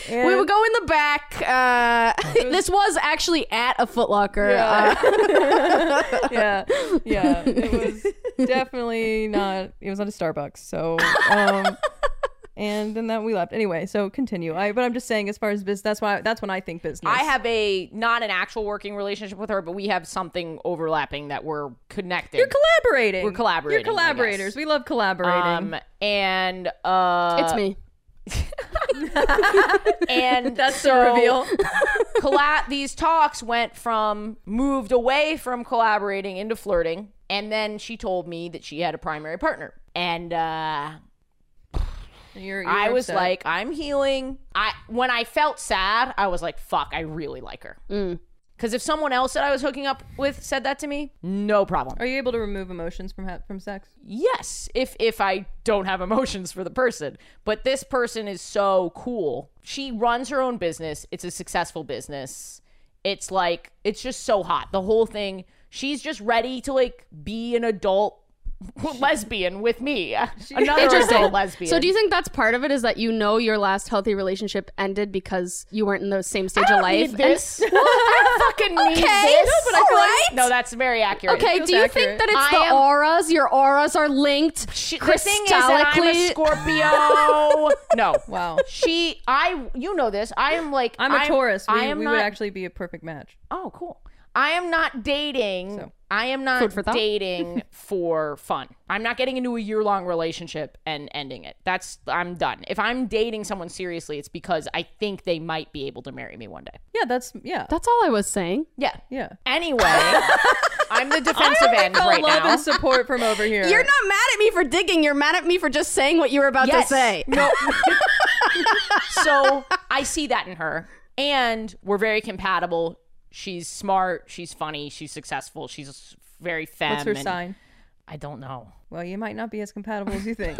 Speaker 5: we would go in the back. Uh, this was actually at a Foot Locker. Uh,
Speaker 3: yeah, yeah. It was definitely not. It was not a Starbucks. So, um, and then that we left anyway. So continue. I, but I'm just saying, as far as business, that's why that's when I think business.
Speaker 2: I have a not an actual working relationship with her, but we have something overlapping that we're connected.
Speaker 3: You're collaborating.
Speaker 2: We're collaborating,
Speaker 3: You're
Speaker 2: I guess.
Speaker 3: collaborators. We love collaborating.
Speaker 2: Um, and uh,
Speaker 5: it's me.
Speaker 2: and that's so
Speaker 3: reveal.
Speaker 2: colla- these talks went from moved away from collaborating into flirting, and then she told me that she had a primary partner, and uh,
Speaker 3: You're- you're
Speaker 2: I was
Speaker 3: upset.
Speaker 2: like, I'm healing. I when I felt sad, I was like, fuck, I really like her.
Speaker 3: Mm.
Speaker 2: Because if someone else that I was hooking up with said that to me, no problem.
Speaker 3: Are you able to remove emotions from ha- from sex?
Speaker 2: yes if if i don't have emotions for the person but this person is so cool she runs her own business it's a successful business it's like it's just so hot the whole thing she's just ready to like be an adult lesbian with me another adult lesbian
Speaker 5: So, do you think that's part of it? Is that you know your last healthy relationship ended because you weren't in the same stage of
Speaker 2: I
Speaker 5: life?
Speaker 2: need
Speaker 5: And-
Speaker 2: this well, i fucking need
Speaker 5: Okay,
Speaker 2: this
Speaker 5: no, but I feel like-
Speaker 2: no that's very accurate
Speaker 5: Okay,
Speaker 3: feels
Speaker 5: do you
Speaker 3: accurate.
Speaker 5: think that it's
Speaker 2: I
Speaker 5: the
Speaker 2: am-
Speaker 5: auras? Your auras are linked
Speaker 2: She, the thing is that I'm a
Speaker 5: crystallically.
Speaker 2: Scorpio. no,
Speaker 3: Wow.
Speaker 2: She, I, you know this. I am like
Speaker 3: I'm a Taurus. We,
Speaker 2: I am
Speaker 3: we
Speaker 2: not.
Speaker 3: would actually be a perfect match.
Speaker 2: oh, cool. I am not dating. I am not
Speaker 5: Food for thought.
Speaker 2: dating for fun. I'm not getting into a year long relationship and ending it. That's I'm done. If I'm dating someone seriously, it's because I think they might be able to marry me one day.
Speaker 3: Yeah, that's yeah,
Speaker 5: that's all I was saying.
Speaker 2: Yeah.
Speaker 3: yeah.
Speaker 2: Anyway, I'm the defensive end
Speaker 3: Oh,
Speaker 2: right
Speaker 3: love
Speaker 2: now.
Speaker 3: and support from over here.
Speaker 5: You're not mad at me for digging. You're mad at me for just saying what you were about to say.
Speaker 2: No. so I see that in her. And we're very compatible. She's smart. She's funny. She's successful. She's very femme.
Speaker 3: What's her
Speaker 2: and-
Speaker 3: sign?
Speaker 2: I don't know.
Speaker 3: Well, you might not be as compatible as you think.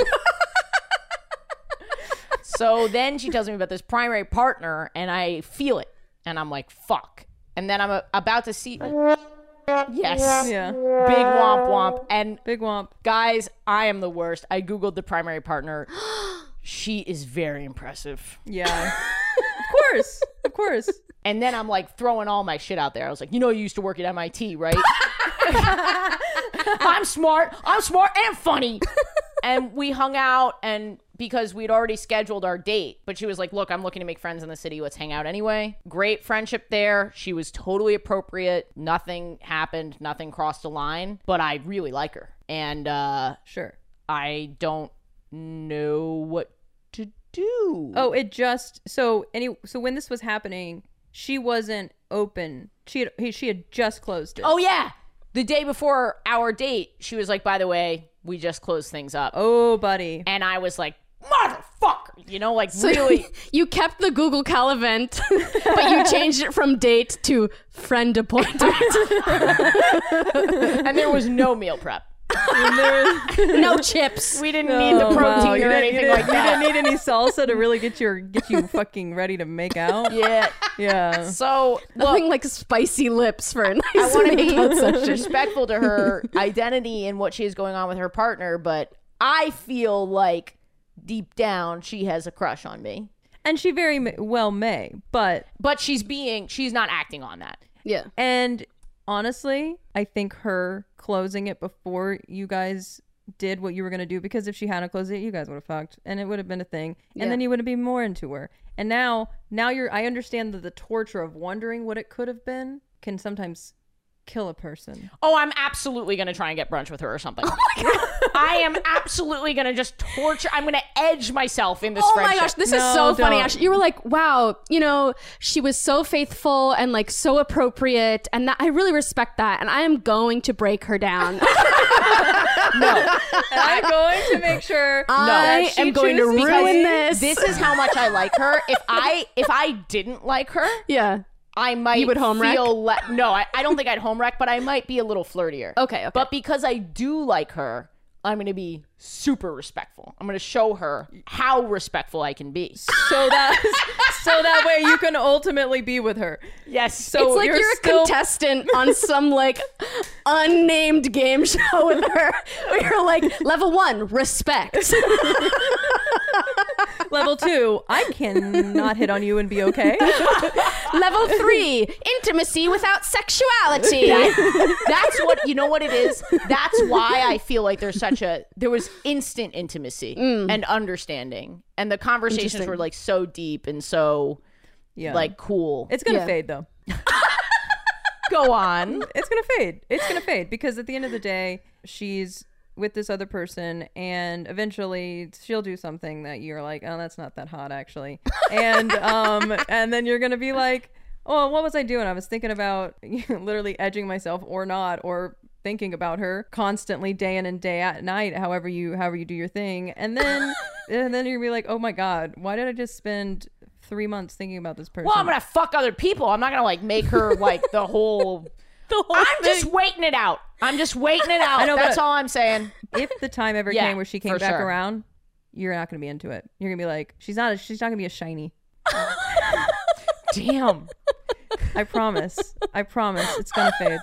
Speaker 2: So then she tells me about this primary partner, and I feel it. And I'm like, fuck. And then I'm a- about to see. Yes.
Speaker 3: yeah.
Speaker 2: Big womp womp. And
Speaker 3: Big womp.
Speaker 2: guys, I am the worst. I Googled the primary partner. she is very impressive.
Speaker 3: Yeah. of course. Of course.
Speaker 2: And then I'm like throwing all my shit out there. I was like, you know, you used to work at MIT, right? I'm smart. I'm smart and funny. and we hung out, and because we'd already scheduled our date, but she was like, look, I'm looking to make friends in the city. Let's hang out anyway. Great friendship there. She was totally appropriate. Nothing happened, nothing crossed the line, but I really like her. And uh,
Speaker 3: Sure.
Speaker 2: I don't know what to do.
Speaker 3: Oh, it just so any so when this was happening, she wasn't open. She had he, she had just closed it.
Speaker 2: Oh yeah. The day before our date, she was like, "By the way, we just closed things up."
Speaker 3: Oh, buddy.
Speaker 2: And I was like, "Motherfucker." You know, like really
Speaker 5: you kept the Google Cal event, but you changed it from date to friend appointment.
Speaker 2: and there was no meal prep.
Speaker 5: no chips.
Speaker 2: We didn't need the
Speaker 3: Oh, wow.
Speaker 2: protein
Speaker 3: You
Speaker 2: or
Speaker 3: didn't-
Speaker 2: anything
Speaker 3: you didn't-
Speaker 2: like that.
Speaker 3: You didn't need any salsa to really get your get you fucking ready to make out.
Speaker 2: Yeah.
Speaker 3: Yeah.
Speaker 2: So look,
Speaker 5: Nothing like spicy lips for a nice
Speaker 2: I want to
Speaker 5: makeout
Speaker 2: be
Speaker 5: session.
Speaker 2: respectful to her identity and what she has going on with her partner, but I feel like deep down she has a crush on me.
Speaker 3: And she very ma- well may, but
Speaker 2: But she's being she's not acting on that.
Speaker 5: Yeah.
Speaker 3: and honestly, I think her closing it before you guys did what you were gonna do because if she hadn't closed it, you guys would have fucked, and it would have been a thing, and then you would have been more into her. And now, now you're. I understand that the torture of wondering what it could have been can sometimes kill a person.
Speaker 2: Oh, I'm absolutely gonna try and get brunch with her or something. I am absolutely gonna just torture I'm gonna edge myself in this
Speaker 5: Oh
Speaker 2: friendship.
Speaker 5: my gosh, this is
Speaker 3: No,
Speaker 5: so funny.
Speaker 3: don't.
Speaker 5: Actually, you were like, "Wow, you know, she was so faithful and like so appropriate, and that I really respect that." And I am going to break her down.
Speaker 3: I'm going to make sure.
Speaker 5: I
Speaker 3: she
Speaker 5: am going to
Speaker 3: chooses-
Speaker 5: ruin this.
Speaker 2: This is how much I like her. If I if I didn't like her,
Speaker 5: yeah.
Speaker 2: I might
Speaker 5: You would home wreck?
Speaker 2: feel le- no, I, I don't think I'd home wreck, but I might be a little flirtier.
Speaker 5: Okay, okay.
Speaker 2: But because I do like her, I'm going to be super respectful. I'm going to show her how respectful I can be.
Speaker 3: so that so that way you can ultimately be with her.
Speaker 2: Yes.
Speaker 3: So
Speaker 5: It's like you're, a
Speaker 3: still
Speaker 5: contestant on some like unnamed game show with her. Where you're like level one, respect.
Speaker 3: level two. I cannot hit on you and be okay.
Speaker 5: level three, intimacy without sexuality.
Speaker 2: that's what you know what it is. That's why I feel like there's such a there was instant intimacy and understanding, and the conversations were like so deep and so
Speaker 3: Yeah,
Speaker 2: like cool.
Speaker 3: it's gonna
Speaker 5: Yeah.
Speaker 3: fade though.
Speaker 2: go on.
Speaker 3: It's gonna fade. It's gonna fade because at the end of the day, she's with this other person, and eventually she'll do something that you're like, oh, that's not that hot actually, and um, and then you're gonna be like, oh, what was I doing? I was thinking about literally edging myself or not or thinking about her constantly day in and day at night however you however you do your thing and then and then you'll be like oh my god why did i just spend three months thinking about this person
Speaker 2: Well, I'm gonna fuck other people. I'm not gonna like make her like the whole. the whole I'm just waiting it out. I'm just waiting it out.
Speaker 3: know,
Speaker 2: That's
Speaker 3: but-
Speaker 2: all I'm saying.
Speaker 3: if the time ever
Speaker 2: Yeah,
Speaker 3: came where she came
Speaker 2: for
Speaker 3: back
Speaker 2: sure.
Speaker 3: around, you're not gonna be into it. You're gonna be like, she's not. she's not gonna be a shiny.
Speaker 2: Damn.
Speaker 3: I promise. I promise. It's gonna fade.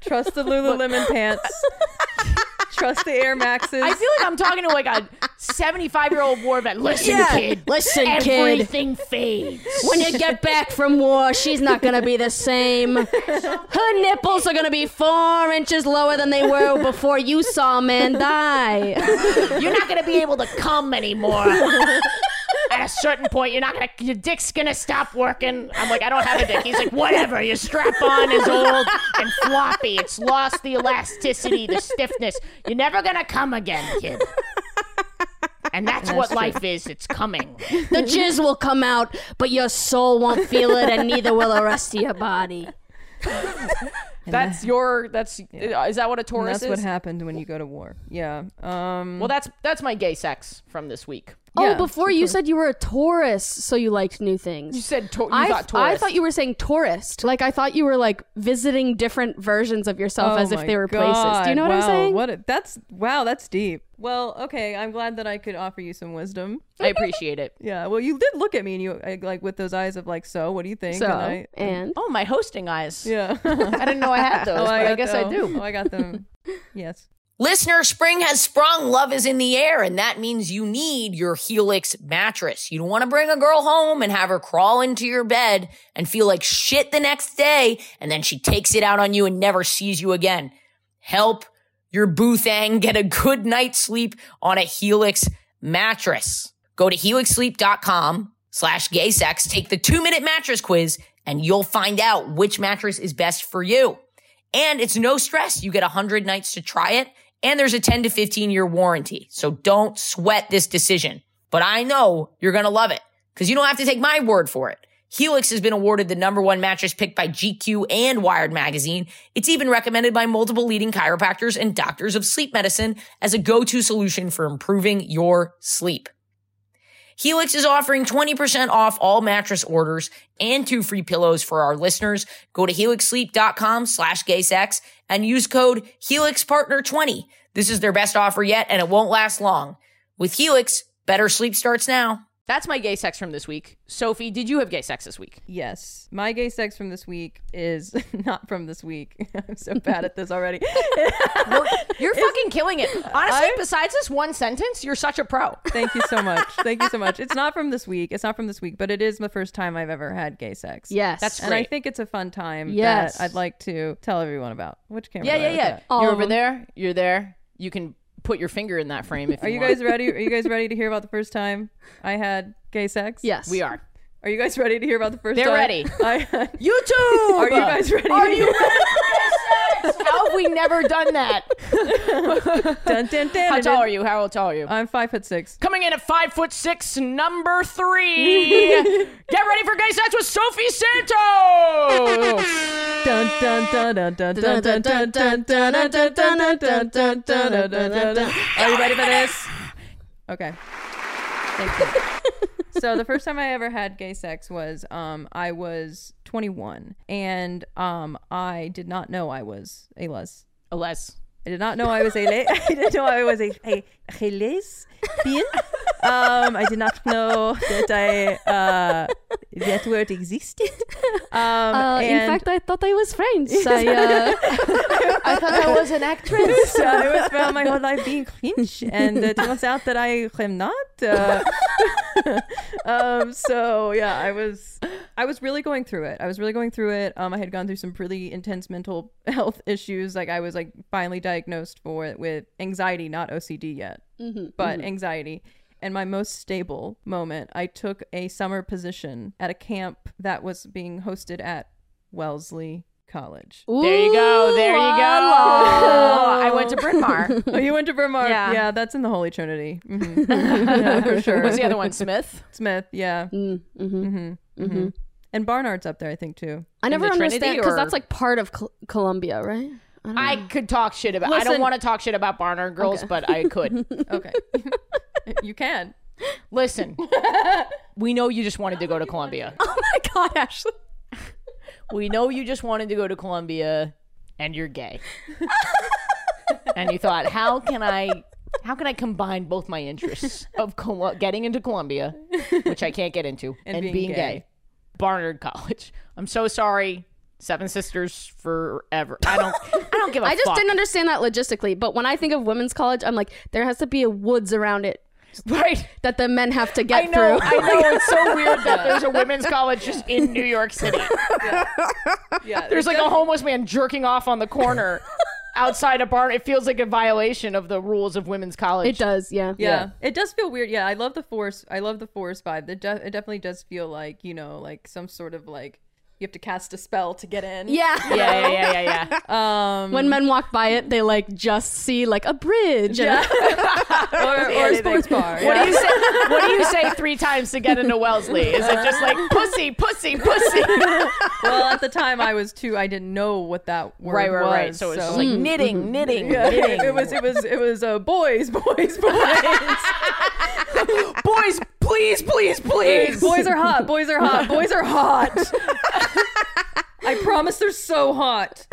Speaker 3: Trust the Lululemon pants. Trust the Air Maxes.
Speaker 2: I feel like I'm talking to like a 75 year old war vet. Listen, kid.
Speaker 5: Listen, kid.
Speaker 2: Everything fades.
Speaker 5: When you get back from war, she's not going to be the same. Her nipples are going to be four inches lower than they were before you saw a man die.
Speaker 2: You're not gonna be able to come anymore. At a certain point, you're not gonna. Your dick's gonna stop working. I'm like, I don't have a dick. He's like, whatever. Your strap on is old and floppy. It's lost the elasticity, the stiffness. You're never gonna come again, kid. And that's, what life is. It's coming.
Speaker 5: The jizz will come out, but your soul won't feel it, and neither will the rest of your body.
Speaker 2: That's your. That's is that what a
Speaker 3: And
Speaker 2: Taurus
Speaker 3: that's what happened when you go to war. Yeah. Um.
Speaker 2: Well, that's that's my gay sex from this week.
Speaker 5: oh, before you said you were a Taurus, so you liked new things.
Speaker 2: You said to- you
Speaker 5: I,
Speaker 2: thought
Speaker 5: I
Speaker 2: Taurus.
Speaker 5: thought you were saying tourist. Like I thought you were like visiting different versions of yourself
Speaker 3: Oh
Speaker 5: as
Speaker 3: my
Speaker 5: if they were places.
Speaker 3: God,
Speaker 5: Do you know what I'm
Speaker 3: wow,
Speaker 5: saying?
Speaker 3: What a, that's wow. That's deep. Well, okay. I'm glad that I could offer you some wisdom.
Speaker 2: I appreciate it.
Speaker 3: Yeah. Well, you did look at me and you I- like with those eyes of like, so what do you think?
Speaker 5: so
Speaker 3: and I,
Speaker 5: and
Speaker 2: Oh, my hosting eyes.
Speaker 3: yeah.
Speaker 2: I didn't know I had those, but Oh, I
Speaker 3: got
Speaker 2: guess I
Speaker 3: them.
Speaker 2: do.
Speaker 3: Oh, I got them. yes.
Speaker 1: Listener, spring has sprung. Love is in the air, and that means you need your Helix mattress. You don't want to bring a girl home and have her crawl into your bed and feel like shit the next day, and then she takes it out on you and never sees you again. Help your boo thang get a good night's sleep on a Helix mattress. Go to helixsleep.com slash gay sex, take the two minute mattress quiz, and you'll find out which mattress is best for you. And it's no stress. You get 100 nights to try it, and there's a 10 to 15 year warranty. So don't sweat this decision. But I know you're going to love it because you don't have to take my word for it. Helix has been awarded the number one mattress picked by GQ and Wired Magazine. It's even recommended by multiple leading chiropractors and doctors of sleep medicine as a go to solution for improving your sleep. Helix is offering 20% off all mattress orders and two free pillows for our listeners. Go to helixsleep.com slash gaysex and use code HelixPartner20. This is their best offer yet and it won't last long. With Helix, better sleep starts now.
Speaker 2: That's my gay sex from this week. Sophie, did you have gay sex this week?
Speaker 3: Yes. My gay sex from this week is not from this week. I'm so bad at this already.
Speaker 2: You're fucking killing it. Honestly, besides this one sentence, you're such a pro.
Speaker 3: Thank you so much. Thank you so much. It's not from this week. It's not from this week, but it is the first time I've ever had gay sex.
Speaker 5: Yes.
Speaker 2: That's
Speaker 3: And I
Speaker 2: great.
Speaker 3: think it's a fun time
Speaker 5: Yes.
Speaker 3: that I'd like to tell everyone about. Which camera?
Speaker 2: yeah,
Speaker 3: do I
Speaker 2: yeah,
Speaker 3: look
Speaker 2: yeah. Um,
Speaker 3: at?
Speaker 5: All
Speaker 2: You're
Speaker 5: of
Speaker 2: over
Speaker 5: them.
Speaker 2: there. You're there. You can put your finger in that frame if
Speaker 3: Are you
Speaker 2: want.
Speaker 3: guys ready? Are you guys ready to hear about the first time I had gay sex?
Speaker 5: Yes.
Speaker 2: We are.
Speaker 3: Are you guys ready to hear about the first
Speaker 2: They're
Speaker 3: time?
Speaker 2: ready.
Speaker 3: I had-
Speaker 2: YouTube.
Speaker 3: Are you guys ready? Are you
Speaker 2: How have we never done that?
Speaker 3: dun, dun, dun, dun,
Speaker 2: How tall
Speaker 3: dun.
Speaker 2: are you? How tall are you?
Speaker 3: I'm five foot six.
Speaker 2: Coming in at five foot six, number three. Get ready for gay sex with Sophie Santos.
Speaker 3: Dun, dun, dun, dun, dun, dun, dun, dun, dun, dun, dun, dun, dun, dun, dun, dun, dun, dun, dun, dun. Are you ready for this? Okay. Thank you. so the first time I ever had gay sex was um, I was 21, and um, I did not know I was a les.
Speaker 2: Alas,
Speaker 3: I did not know I was a les. I didn't know I was a a, a lesbian. Um, I did not know that I uh, that word existed. Um,
Speaker 5: Uh, in
Speaker 3: and-
Speaker 5: fact, I thought I was French. I, uh, I thought I was an actress.
Speaker 3: so I was spent my whole life being cringe, and uh, it turns out that I am not. Uh, um, so yeah, I was, I was really going through it. I was really going through it. Um, I had gone through some pretty intense mental health issues. Like I was like finally diagnosed for it with anxiety, not OCD yet, but anxiety. And my most stable moment, I took a summer position at a camp that was being hosted at Wellesley College.
Speaker 2: there you go. There you go. I went to Bryn Mawr.
Speaker 3: Oh, you went to Bryn Mawr.
Speaker 2: Yeah.
Speaker 3: Yeah. that's in the Holy Trinity. Mhm. yeah, for sure.
Speaker 2: What's the other one? Smith.
Speaker 3: Smith, yeah.
Speaker 5: Mm-hmm.
Speaker 3: Mm-hmm. And Barnard's up there, I think, too.
Speaker 5: I never
Speaker 2: the Trinity
Speaker 5: understand because
Speaker 2: or-
Speaker 5: that's like part of Col- Colombia, right? I don't
Speaker 2: I
Speaker 5: know.
Speaker 2: could talk shit about. I don't
Speaker 3: Listen-
Speaker 2: want to talk shit about Barnard girls, but I could.
Speaker 3: Okay. you can.
Speaker 2: Listen, we know you just wanted to go to Columbia.
Speaker 5: Oh my god, Ashley.
Speaker 2: We know you just wanted to go to Columbia, and you're gay. and you thought, how can I, how can I combine both my interests of Col- getting into Columbia, which I can't get into, and, being,
Speaker 3: being
Speaker 2: gay.
Speaker 3: gay.
Speaker 2: Barnard College. I'm so sorry, Seven Sisters forever. I don't, I don't give a
Speaker 5: I just
Speaker 2: fuck.
Speaker 5: didn't understand that logistically. But when I think of women's college, I'm like, there has to be a woods around it
Speaker 2: right.
Speaker 5: that the men have to
Speaker 2: I
Speaker 5: get
Speaker 2: know,
Speaker 5: through.
Speaker 2: I know. It's so weird that there's a women's college just in New York City.
Speaker 3: Yeah.
Speaker 2: There's like a homeless man jerking off on the corner outside a bar. It feels like a violation of the rules of women's college.
Speaker 5: It does, yeah.
Speaker 3: yeah. It does feel weird. Yeah, I love the force. I love the force vibe. It, de- it definitely does feel like, you know, like some sort of like you have to cast a spell to get in.
Speaker 5: Yeah.
Speaker 2: Yeah, yeah, yeah, yeah, yeah.
Speaker 3: Um
Speaker 5: When men walk by it, they like just see like a bridge. Yeah.
Speaker 3: or, or a sports bar.
Speaker 2: What
Speaker 3: yeah.
Speaker 2: do you say? What do you say three times to get into Wellesley? Is it just like pussy, pussy, pussy?
Speaker 3: well, at the time I was too I didn't know what that word
Speaker 2: Right, right,
Speaker 3: was.
Speaker 2: right. So it's just like knitting, knitting, knitting.
Speaker 3: it was it was it was uh, boys, boys, boys.
Speaker 2: Boys, please, please, please.
Speaker 3: Boys are hot. Boys are hot. Boys are hot. I promise they're so hot.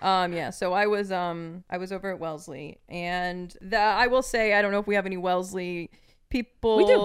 Speaker 3: Um yeah, so I was um I was over at Wellesley and the, I will say I don't know if we have any Wellesley people. We do.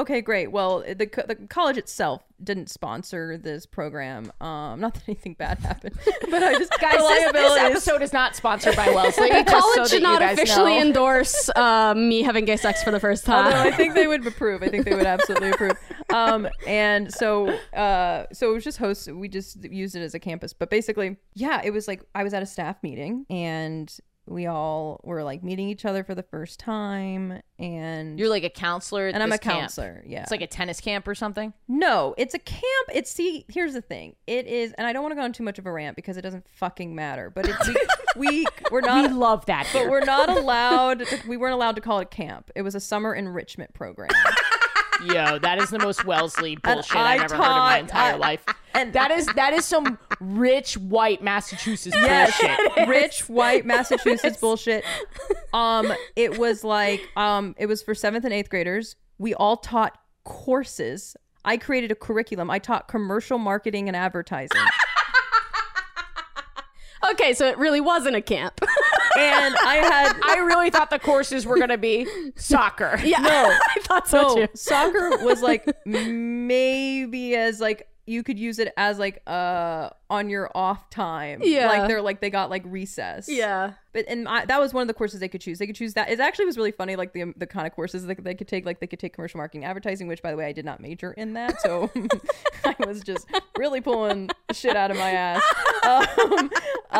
Speaker 3: Okay, great. Well, the co- the college itself didn't sponsor this program. Um not that anything bad happened, but I just
Speaker 2: Guys, this, this
Speaker 3: reliability is-
Speaker 2: episode is not sponsored by Wellesley. The
Speaker 5: College should not officially endorse uh, me having gay sex for the first time.
Speaker 3: Although I think they would approve. I think they would absolutely approve. Um, and so, uh, so it was just host. We just used it as a campus, but basically, yeah, it was like I was at a staff meeting and we all were like meeting each other for the first time, and
Speaker 2: You're like a counselor, at
Speaker 3: and I'm
Speaker 2: this
Speaker 3: a
Speaker 2: camp.
Speaker 3: counselor. Yeah,
Speaker 2: It's like a tennis camp or something.
Speaker 3: no, it's a camp. It's see, here's the thing. It is, and I don't want to go on too much of a rant because it doesn't fucking matter. But it's we, we we're not
Speaker 2: We love that.
Speaker 3: but we're not allowed. To, we weren't allowed to call it camp. It was a summer enrichment program.
Speaker 2: Yo, that is the most Wellesley bullshit
Speaker 3: I
Speaker 2: I've ever heard in my
Speaker 3: taught-
Speaker 2: entire
Speaker 3: I-
Speaker 2: life.
Speaker 3: and-
Speaker 2: that is that is some rich white Massachusetts bullshit.
Speaker 3: rich white Massachusetts bullshit. Um, it was like um, it was for seventh and eighth graders. We all taught courses. I created a curriculum. I taught commercial marketing and advertising.
Speaker 5: Okay, so it really wasn't a camp.
Speaker 3: and I had
Speaker 2: I really thought the courses were going to be soccer.
Speaker 5: yeah, I thought so
Speaker 3: no
Speaker 5: too.
Speaker 3: oh, soccer was like maybe as like you could use it as like uh on your off time
Speaker 5: Yeah.
Speaker 3: like they're like they got like recess
Speaker 5: Yeah,
Speaker 3: but and I, that was one of the courses they could choose they could choose that it actually was really funny like the the kind of courses that they could take like they could take commercial marketing advertising which by the way i did not major in that so i was just really pulling shit out of my ass um,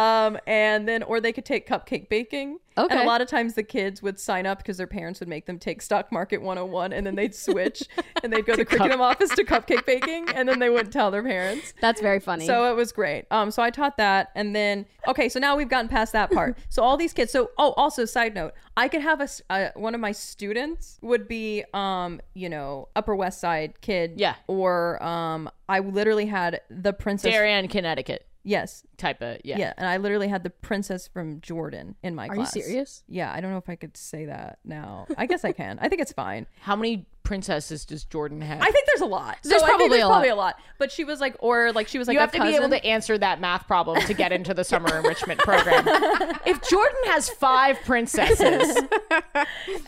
Speaker 3: um and then or they could take cupcake baking and
Speaker 5: Okay.
Speaker 3: a lot of times the kids would sign up because their parents would make them take stock market 101 and then they'd switch and they'd go to the curriculum office to cupcake baking and then they wouldn't tell their parents
Speaker 5: that's very funny.
Speaker 3: so it was great. Um, so I taught that, and then okay, so now we've gotten past that part. so all these kids. So oh, also side note, I could have a s- uh, one of my students would be um, you know, Upper West Side kid.
Speaker 2: Yeah.
Speaker 3: Or um, I literally had the princess.
Speaker 2: Darien, Connecticut
Speaker 3: Yes.
Speaker 2: type of yeah.
Speaker 3: Yeah. and I literally had the princess from Jordan in my
Speaker 5: Are you
Speaker 3: class.
Speaker 5: serious?
Speaker 3: Yeah, I don't know if I could say that now. I guess I can. I think it's fine.
Speaker 2: How many princesses does Jordan have?
Speaker 3: I think there's a lot. So
Speaker 5: There's
Speaker 3: I think
Speaker 5: probably a lot.
Speaker 3: probably a lot. But she was like, or like she was like,
Speaker 2: you
Speaker 3: a
Speaker 2: have to be
Speaker 3: cousin.
Speaker 2: able to answer that math problem to get into the summer enrichment program. if Jordan has five princesses,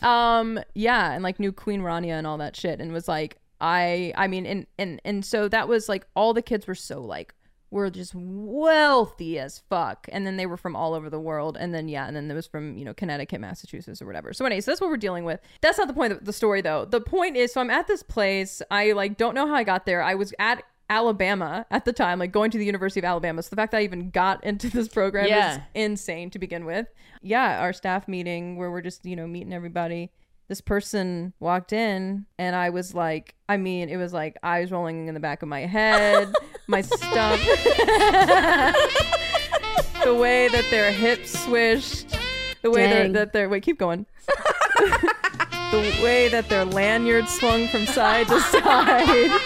Speaker 3: um yeah and like new queen rania and all that shit and was like i i mean and and and so that was like all the kids were so like were just wealthy as fuck and then they were from all over the world and then yeah and then there was from you know connecticut massachusetts or whatever so anyway so that's what we're dealing with that's not the point of the story though the point is so i'm at this place i like don't know how i got there i was at Alabama at the time, like going to the University of Alabama. So the fact that I even got into this program
Speaker 2: Yeah.
Speaker 3: is insane to begin with. Yeah, our staff meeting where we're just, you know, meeting everybody. This person walked in and I was like, I mean, it was like eyes rolling in the back of my head, my stump, the way that their hips swished, the way
Speaker 5: Dang.
Speaker 3: that, that their, wait, keep going. the way that their lanyard swung from side to side.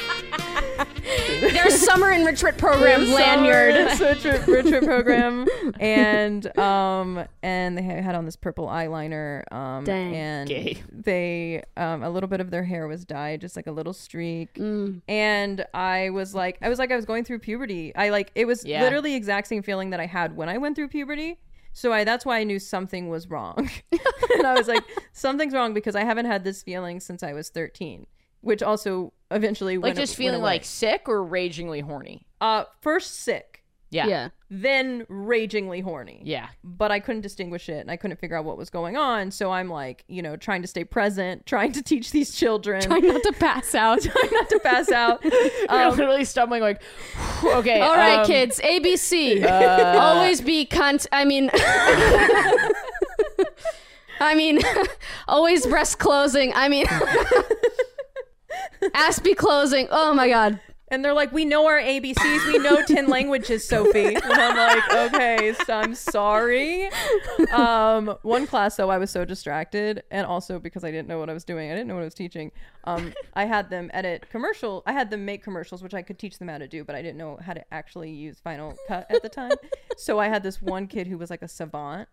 Speaker 5: their summer enrichment program
Speaker 3: Summer
Speaker 5: lanyard.
Speaker 3: retro, retro program and um and they had on this purple eyeliner um
Speaker 5: Dang.
Speaker 3: and
Speaker 2: Gay.
Speaker 3: they um a little bit of their hair was dyed just like a little streak
Speaker 5: Mm.
Speaker 3: and i was like i was like i was going through puberty i like it was
Speaker 2: Yeah.
Speaker 3: literally the exact same feeling that i had when i went through puberty so I, that's why I knew something was wrong. and I was like, something's wrong because I haven't had this feeling since I was 13, which also eventually
Speaker 2: like
Speaker 3: went,
Speaker 2: just
Speaker 3: went
Speaker 2: feeling
Speaker 3: away.
Speaker 2: like sick or ragingly horny.
Speaker 3: uh first sick,
Speaker 2: Yeah. Yeah.
Speaker 5: Yeah.
Speaker 3: then ragingly horny.
Speaker 2: Yeah.
Speaker 3: But I couldn't distinguish it and I couldn't figure out what was going on. So I'm like, you know, trying to stay present, trying to teach these children
Speaker 5: Trying not to pass out.
Speaker 3: not to pass out.
Speaker 2: You're
Speaker 3: Um,
Speaker 2: literally stumbling like, okay.
Speaker 5: All right,
Speaker 2: um,
Speaker 5: kids. ABC. Always be cunt. I mean, I mean, always breast closing. I mean, ass be closing. Oh my god.
Speaker 3: and they're like, we know our ABCs, we know 10 languages, Sophie. And I'm like, okay, so I'm sorry. Um, one class, though, I was so distracted. And also because I didn't know what I was doing, I didn't know what I was teaching. Um, I had them edit commercial, I had them make commercials, which I could teach them how to do, but I didn't know how to actually use Final Cut at the time. So I had this one kid who was like a savant,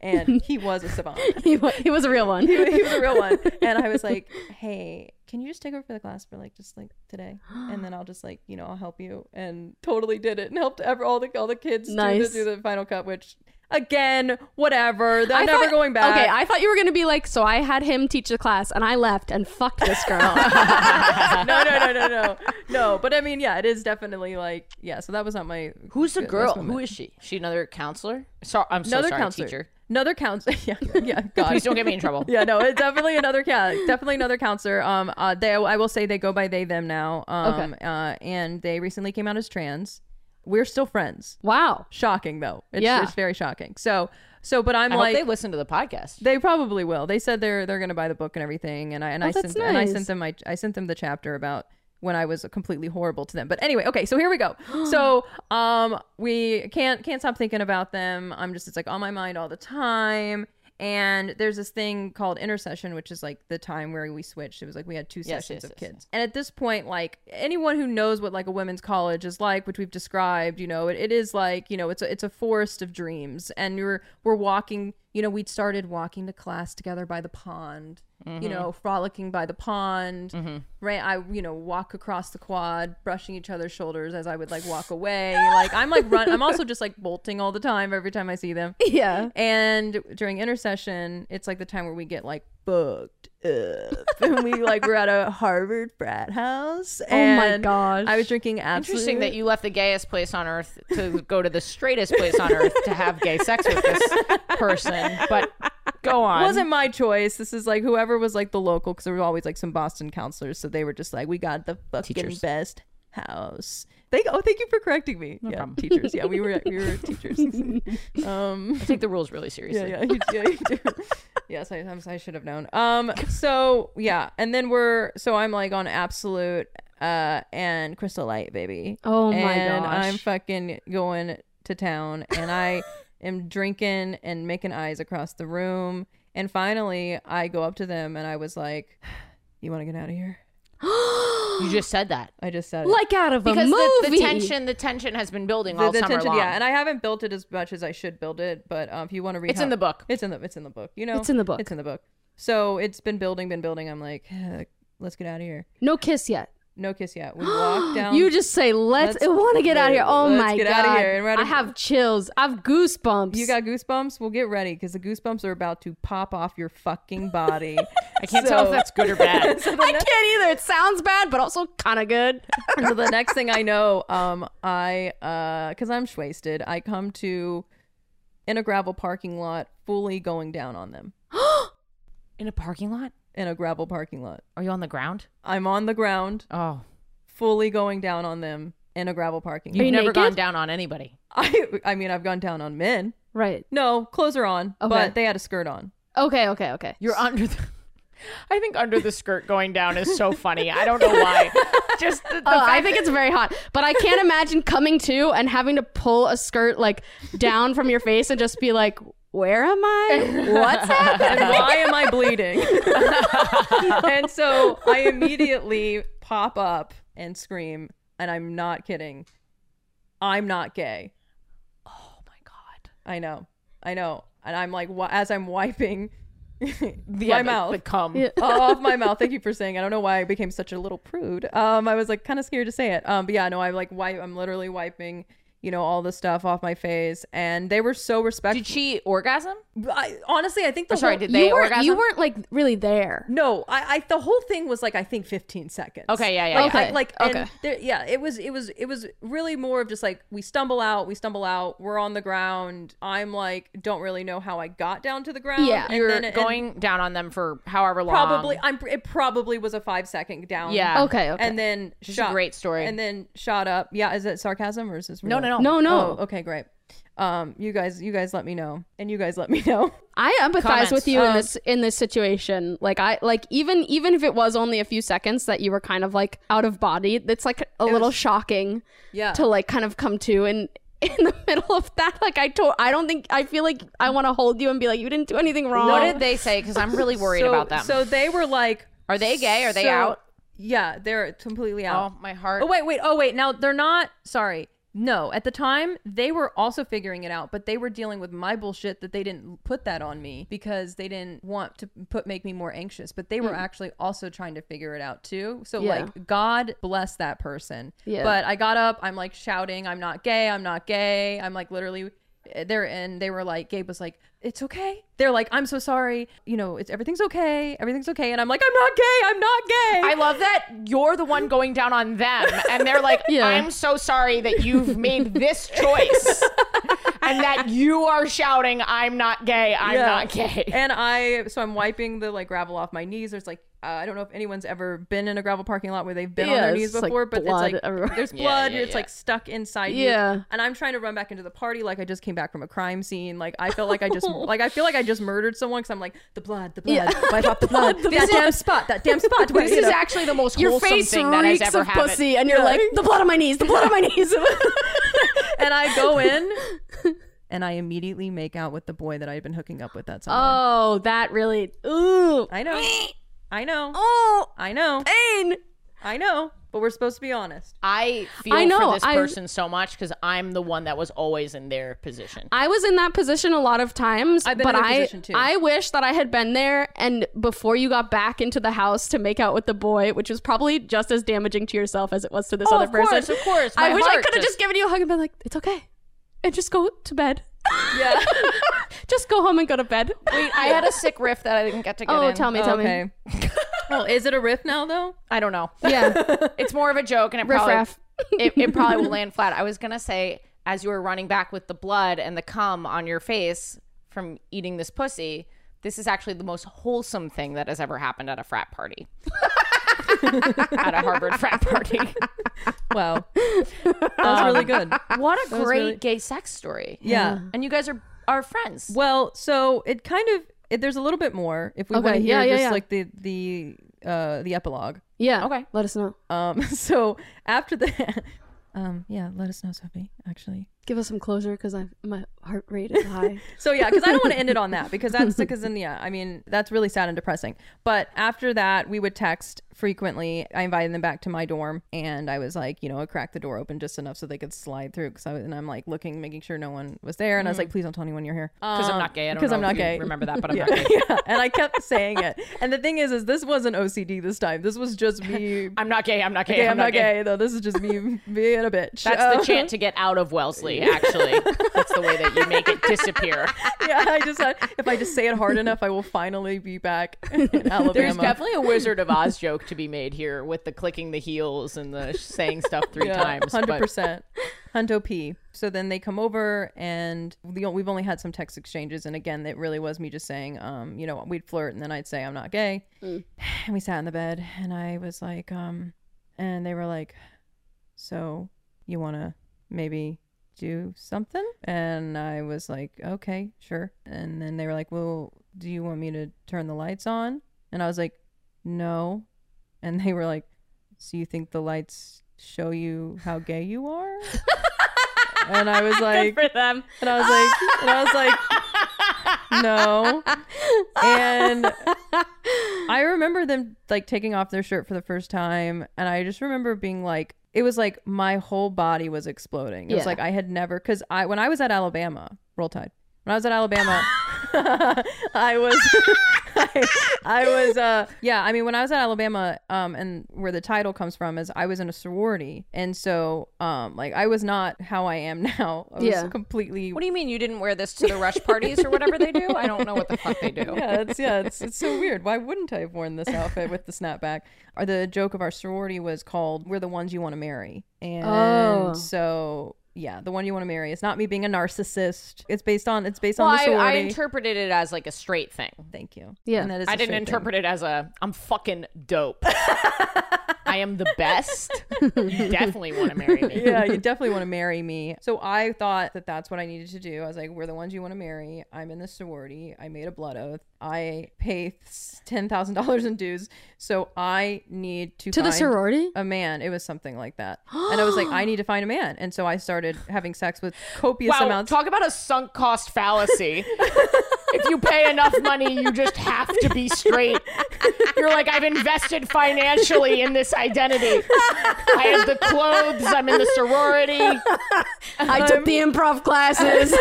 Speaker 3: and he was a savant
Speaker 5: He was, he was a real one.
Speaker 3: he, he was a real one. And I was like, hey, can you just take over for the class for like just like today? And then I'll just like, you know, I'll help you. And totally did it and helped ever all the all the kids do the-
Speaker 5: Nice.
Speaker 3: do, the, final cut, which again, whatever. They're
Speaker 5: I
Speaker 3: never
Speaker 5: thought-
Speaker 3: going back.
Speaker 5: Okay, I thought you were gonna be like, so I had him teach the class, and I left and fucked this girl.
Speaker 3: no, no, no, no, no. No. But I mean, yeah, it is definitely like yeah, so that was not my
Speaker 2: Who's the
Speaker 3: that's
Speaker 2: girl?
Speaker 3: my-
Speaker 2: Who is she? She another counselor? So, I'm so
Speaker 3: another
Speaker 2: sorry,
Speaker 3: counselor.
Speaker 2: teacher.
Speaker 3: Another counselor. Yeah, yeah, God.
Speaker 2: Please don't get me in trouble.
Speaker 3: yeah, no, it's definitely another cat. Definitely another counselor. Um, uh, they I will say they go by they them now. Um, uh, and they recently came out as trans. We're still friends.
Speaker 5: wow.
Speaker 3: Shocking though. It's,
Speaker 5: Yeah.
Speaker 3: it's very shocking. So, so, but I'm
Speaker 2: I
Speaker 3: like.
Speaker 2: hope they listen to the podcast.
Speaker 3: they probably will. They said they're they're gonna buy the book and everything, and I and I
Speaker 5: that's
Speaker 3: sent and I
Speaker 5: nice.
Speaker 3: sent them my I sent them the chapter about when I was completely horrible to them. But anyway, okay, so here we go. so um, we can't can't stop thinking about them. I'm just it's like on my mind all the time. And there's this thing called intercession, which is like the time where we switched. It was like we had two
Speaker 2: Yes,
Speaker 3: sessions
Speaker 2: yes,
Speaker 3: of
Speaker 2: yes,
Speaker 3: kids. And at this point, like anyone who knows what like a women's college is like, which we've described, you know, it, it is like, you know, it's a it's a forest of dreams. And we're we're walking, you know, we'd started walking to class together by the pond.
Speaker 5: Mm-hmm.
Speaker 3: you know, frolicking by the pond. Right, I you know walk across the quad, brushing each other's shoulders as I would like walk away. like I'm like run. I'm also just like bolting all the time every time I see them.
Speaker 5: Yeah.
Speaker 3: And during intercession, it's like the time where we get like booked up, and we like we're at a Harvard frat house.
Speaker 5: Oh my
Speaker 3: and
Speaker 5: gosh.
Speaker 3: I was drinking absolute.
Speaker 2: Interesting that you left the gayest place on earth to go to the straightest place on earth to have gay sex with this person. But go on.
Speaker 3: wasn't my choice. This is like whoever was like the local, because there were always like some Boston counselors, so they were just like, "We got the fucking best house." Thank oh, thank you for correcting me. yeah, teachers. Yeah, we were we were teachers. um,
Speaker 2: I take the rules really seriously.
Speaker 3: yeah, yeah, you, yeah, you do. yes, I, I'm- I should have known. Um, so yeah, and then we're so I'm like on absolute uh and crystal light, baby.
Speaker 5: Oh my
Speaker 3: and
Speaker 5: gosh.
Speaker 3: I'm fucking going to town, and I am drinking and making eyes across the room, and finally I go up to them and I was like, "You want to get out of here?"
Speaker 2: You just said that
Speaker 3: I just said it.
Speaker 5: like out of a
Speaker 2: because
Speaker 5: movie.
Speaker 2: the, the tension, the tension has been building all summer long.
Speaker 3: yeah, and I haven't built it as much as I should build it, but um, if you want to read,
Speaker 2: It's
Speaker 3: how-
Speaker 2: in the book.
Speaker 3: It's in the it's in the book. You know,
Speaker 5: It's in the book.
Speaker 3: It's in the book. So it's been building, been building. I'm like, "Ugh, let's get out of here.
Speaker 5: no kiss yet.
Speaker 3: No kiss yet. We walk down.
Speaker 5: You just say let's.
Speaker 3: Um, Let's-
Speaker 5: I want to get out of here. Oh
Speaker 3: let's
Speaker 5: my
Speaker 3: get
Speaker 5: god!
Speaker 3: outta here and we're outta-
Speaker 5: I have chills. I have goosebumps.
Speaker 3: you got goosebumps. Well, get ready because the goosebumps are about to pop off your fucking body.
Speaker 2: I can't tell if that's good or bad.
Speaker 5: I can't either. It sounds bad, but also kind of good.
Speaker 3: so the next thing I know, um, I uh, because I'm wasted, I come to in a gravel parking lot, fully going down on them
Speaker 2: In a parking lot?
Speaker 3: in a gravel parking lot.
Speaker 2: Are you on the ground?
Speaker 3: I'm on the ground,
Speaker 2: Oh,
Speaker 3: fully going down on them in a gravel parking.
Speaker 2: you've
Speaker 3: lot.
Speaker 5: you
Speaker 2: never
Speaker 5: naked?
Speaker 2: gone down on anybody.
Speaker 3: I, I mean, I've gone down on men.
Speaker 5: Right.
Speaker 3: No, clothes are on,
Speaker 5: Okay.
Speaker 3: but they had a skirt on.
Speaker 5: Okay. Okay. Okay.
Speaker 2: You're under the. I think under the skirt going down is so funny. I don't know why. Just the, the
Speaker 5: Oh, I
Speaker 2: fact
Speaker 5: think it's very hot, but I can't imagine coming to and having to pull a skirt like down from your face and just be like, "Where am I? What's happening?"
Speaker 3: and why am I bleeding? and so I immediately pop up and scream, and I'm not kidding. I'm not gay. Oh my god. I know. I know. And I'm like, wi- as I'm wiping
Speaker 2: that-
Speaker 3: my
Speaker 2: yeah, the-
Speaker 3: mouth
Speaker 2: the cum.
Speaker 3: off my mouth. Thank you for saying. I don't know why I became such a little prude. Um, I was like kind of scared to say it. Um, but yeah, no, I'm like wipe. I'm literally wiping, you know, all the stuff off my face, and they were so respectful.
Speaker 2: Did she orgasm?
Speaker 3: I, honestly, I think the
Speaker 2: Oh, Sorry,
Speaker 3: whole-
Speaker 2: did
Speaker 5: you
Speaker 2: they
Speaker 5: weren't.
Speaker 2: orgasm?
Speaker 5: You weren't like really there.
Speaker 3: No, I, I the whole thing was like I think 15 seconds.
Speaker 2: Okay, yeah, yeah,
Speaker 3: Like,
Speaker 5: yeah.
Speaker 3: I, like
Speaker 5: Okay,
Speaker 3: and
Speaker 5: okay.
Speaker 3: there, yeah, it was it was it was really more of just like we stumble out, we stumble out, we're on the ground. I'm like don't really know how I got down to the ground.
Speaker 5: Yeah.
Speaker 3: and
Speaker 2: You're
Speaker 3: then- and
Speaker 2: going down on them for however long.
Speaker 3: probably I'm it probably was a 5 second down.
Speaker 2: Yeah.
Speaker 5: Okay. Okay.
Speaker 3: And then
Speaker 2: This is a
Speaker 3: shot
Speaker 2: great story.
Speaker 3: And then shot up. Yeah, is it sarcasm or is this
Speaker 2: no,
Speaker 3: real?
Speaker 2: no,
Speaker 5: no,
Speaker 2: no.
Speaker 5: no.
Speaker 3: Oh, okay, great. Um you guys you guys let me know. And you guys let me know.
Speaker 5: I empathize
Speaker 2: Comments. Um,
Speaker 5: with you in this in this situation. Like I like even even if it was only a few seconds that you were kind of like out of body, that's like a little shocking
Speaker 3: Yeah.
Speaker 5: to like kind of come to and in the middle of that. Like I told I don't think I feel like I want to hold you and be like, you didn't do anything wrong.
Speaker 2: What did they say? Because I'm really worried
Speaker 3: so,
Speaker 2: about them.
Speaker 3: So they were like
Speaker 2: Are they gay? Are they
Speaker 3: so-
Speaker 2: out?
Speaker 3: Yeah, they're completely out.
Speaker 2: Oh, my heart.
Speaker 3: Oh wait, wait. Oh wait. Now they're not. Sorry. No, at the time they were also figuring it out, but they were dealing with my bullshit that they didn't put that on me because they didn't want to put make me more anxious. But they were
Speaker 2: Mm.
Speaker 3: actually also trying to figure it out too. So
Speaker 5: Yeah.
Speaker 3: like, God bless that person.
Speaker 5: Yeah.
Speaker 3: But I got up. I'm like shouting, "I'm not gay. I'm not gay." I'm like literally. eh, They're and they were like, Gabe was like, "It's okay." They're like, "I'm so sorry." You know, it's everything's okay. Everything's okay. And I'm like, "I'm not gay. I'm not gay."
Speaker 2: I love that you're the one going down on them, and they're like,
Speaker 5: Yeah.
Speaker 2: "I'm so sorry that you've made this choice, and that you are shouting, I'm not gay, I'm
Speaker 3: Yeah.
Speaker 2: not gay.'"
Speaker 3: and I so I'm wiping the like gravel off my knees. There's like uh, I don't know if anyone's ever been in a gravel parking lot where they've been on
Speaker 5: Yeah,
Speaker 3: their
Speaker 5: it's
Speaker 3: knees
Speaker 5: just, like,
Speaker 3: before, but
Speaker 5: blood
Speaker 3: it's like
Speaker 5: everywhere.
Speaker 3: there's blood.
Speaker 2: yeah,
Speaker 3: it's
Speaker 2: yeah.
Speaker 3: like stuck inside
Speaker 5: Yeah.
Speaker 3: you. And I'm trying to run back into the party like I just came back from a crime scene. Like I felt like I just like I feel like I just murdered someone because I'm like the blood, the blood, wipe off the blood, that damn spot, that damn spot. where,
Speaker 2: This
Speaker 3: you
Speaker 2: is
Speaker 3: know.
Speaker 2: actually the most
Speaker 5: your
Speaker 2: wholesome
Speaker 5: face
Speaker 2: thing that has
Speaker 5: reeks
Speaker 2: ever
Speaker 5: of
Speaker 2: happened.
Speaker 5: pussy, and you're like the blood on my knees, the blood on my knees.
Speaker 3: and I go in. And I immediately make out with the boy that I had been hooking up with that summer.
Speaker 5: oh, that really. Ooh.
Speaker 3: I know. I know.
Speaker 5: Oh,
Speaker 3: I know.
Speaker 5: pain.
Speaker 3: I know, but we're supposed to be honest.
Speaker 2: I feel
Speaker 5: I know,
Speaker 2: for this
Speaker 5: I-
Speaker 2: person so much because I'm the one that was always in their position.
Speaker 5: I was in that position a lot of times,
Speaker 3: I've been
Speaker 5: but
Speaker 3: in that
Speaker 5: I
Speaker 3: position too.
Speaker 5: I wish that I had been there and before you got back into the house to make out with the boy, which was probably just as damaging to yourself as it was to this
Speaker 2: Oh,
Speaker 5: other
Speaker 2: of course,
Speaker 5: person.
Speaker 2: of course.
Speaker 5: I
Speaker 2: My
Speaker 5: wish I
Speaker 2: heart
Speaker 5: could have
Speaker 2: just-
Speaker 5: just given you a hug and been like, "It's okay," and just go to bed.
Speaker 3: Yeah.
Speaker 5: Just go home and go to bed.
Speaker 2: I had a sick riff that I didn't get to get
Speaker 5: oh,
Speaker 2: in.
Speaker 5: tell me, tell me.
Speaker 3: okay. well, is it a riff now though?
Speaker 2: I don't know.
Speaker 5: Yeah,
Speaker 2: It's more of a joke, and it
Speaker 5: riff
Speaker 2: probably
Speaker 5: raff.
Speaker 2: it, it probably will land flat. I was gonna say, as you were running back with the blood and the cum on your face from eating this pussy, this is actually the most wholesome thing that has ever happened at a frat party. at a Harvard frat party.
Speaker 3: Wow. That was
Speaker 5: Um,
Speaker 3: really good.
Speaker 2: What a
Speaker 3: was
Speaker 2: great
Speaker 3: really-
Speaker 2: gay sex story.
Speaker 3: Yeah.
Speaker 2: And you guys are are friends.
Speaker 3: Well, so it kind of it, there's a little bit more if we
Speaker 5: Okay,
Speaker 3: want to hear
Speaker 5: yeah, yeah,
Speaker 3: just
Speaker 5: yeah.
Speaker 3: like the the uh the epilogue.
Speaker 5: Yeah.
Speaker 2: Okay.
Speaker 5: Let us know.
Speaker 3: Um so after the um yeah, let us know Sophie actually.
Speaker 5: Give us some closure because my heart rate is high.
Speaker 3: So yeah, because I don't want to end it on that because that's because then yeah, I mean that's really sad and depressing. But after that, we would text frequently. I invited them back to my dorm, and I was like, you know, I cracked the door open just enough so they could slide through. Because I was, and I'm like looking, making sure no one was there, and I was like, please don't tell anyone you're here
Speaker 2: Because Mm-hmm. I'm not gay. I don't
Speaker 3: because
Speaker 2: know
Speaker 3: I'm
Speaker 2: if
Speaker 3: not
Speaker 2: you
Speaker 3: gay.
Speaker 2: Remember that, but I'm
Speaker 3: yeah.
Speaker 2: not gay.
Speaker 3: yeah, and I kept saying it. And the thing is, is this wasn't OCD this time. This was just me.
Speaker 2: I'm not gay. I'm not gay.
Speaker 3: Okay, I'm not gay though. This is just me being a bitch.
Speaker 2: That's
Speaker 3: Um,
Speaker 2: the chant to get out of Wellesley, actually. That's the way that you make it disappear.
Speaker 3: yeah, I just thought if I just say it hard enough, I will finally be back in Alabama.
Speaker 2: There's definitely a Wizard of Oz joke to be made here with the clicking the heels and the saying stuff three times. but-
Speaker 3: Hundred percent. Hunto P. So then they come over, and the, we've only had some text exchanges. And again, it really was me just saying, um, you know, we'd flirt, and then I'd say I'm not gay.
Speaker 2: Mm.
Speaker 3: And we sat in the bed, and I was like, um, and they were like, so you want to maybe do something? And I was like, okay, sure. And then they were like, well, do you want me to turn the lights on? And I was like, no. And they were like, so you think the lights show you how gay you are? and I was like,
Speaker 5: for them.
Speaker 3: and I was like, and I was like, no. And I remember them like taking off their shirt for the first time, and I just remember being like, it was like my whole body was exploding. It was
Speaker 5: Yeah.
Speaker 3: like I had never, because I when I was at Alabama, roll tide. When I was at Alabama, I was. I, I was uh yeah i mean when i was at alabama um and where the title comes from is i was in a sorority and so um like i was not how i am now i was
Speaker 5: Yeah.
Speaker 3: completely
Speaker 2: What do you mean you didn't wear this to the rush parties or whatever they do? I don't know what the fuck they do.
Speaker 3: yeah, it's yeah, it's it's so weird. Why wouldn't I have worn this outfit with the snapback? Or the joke of our sorority was called "We're the ones you want to marry," and
Speaker 5: Oh.
Speaker 3: so yeah, the one you want to marry. It's not me being a narcissist. It's based on it's based
Speaker 2: Well,
Speaker 3: on the
Speaker 2: I,
Speaker 3: sorority.
Speaker 2: I interpreted it as like a straight thing.
Speaker 3: Thank you.
Speaker 5: Yeah.
Speaker 3: And that is
Speaker 2: I
Speaker 3: a
Speaker 2: didn't
Speaker 3: straight thing.
Speaker 2: interpret it as a I'm fucking dope. I am the best. You definitely want to marry me.
Speaker 3: yeah, you definitely want to marry me. So I thought that that's what I needed to do. I was like, we're the ones you want to marry. I'm in the sorority. I made a blood oath. I pay ten thousand dollars in dues. So I need to
Speaker 5: To the
Speaker 3: find
Speaker 5: sorority?
Speaker 3: a man. It was something like that. and I was like, I need to find a man. And so I started having sex with copious
Speaker 2: Wow,
Speaker 3: amounts.
Speaker 2: talk about a sunk cost fallacy. if you pay enough money, you just have to be straight. You're like, I've invested financially in this identity. I have the clothes, I'm in the sorority.
Speaker 5: I took the improv classes.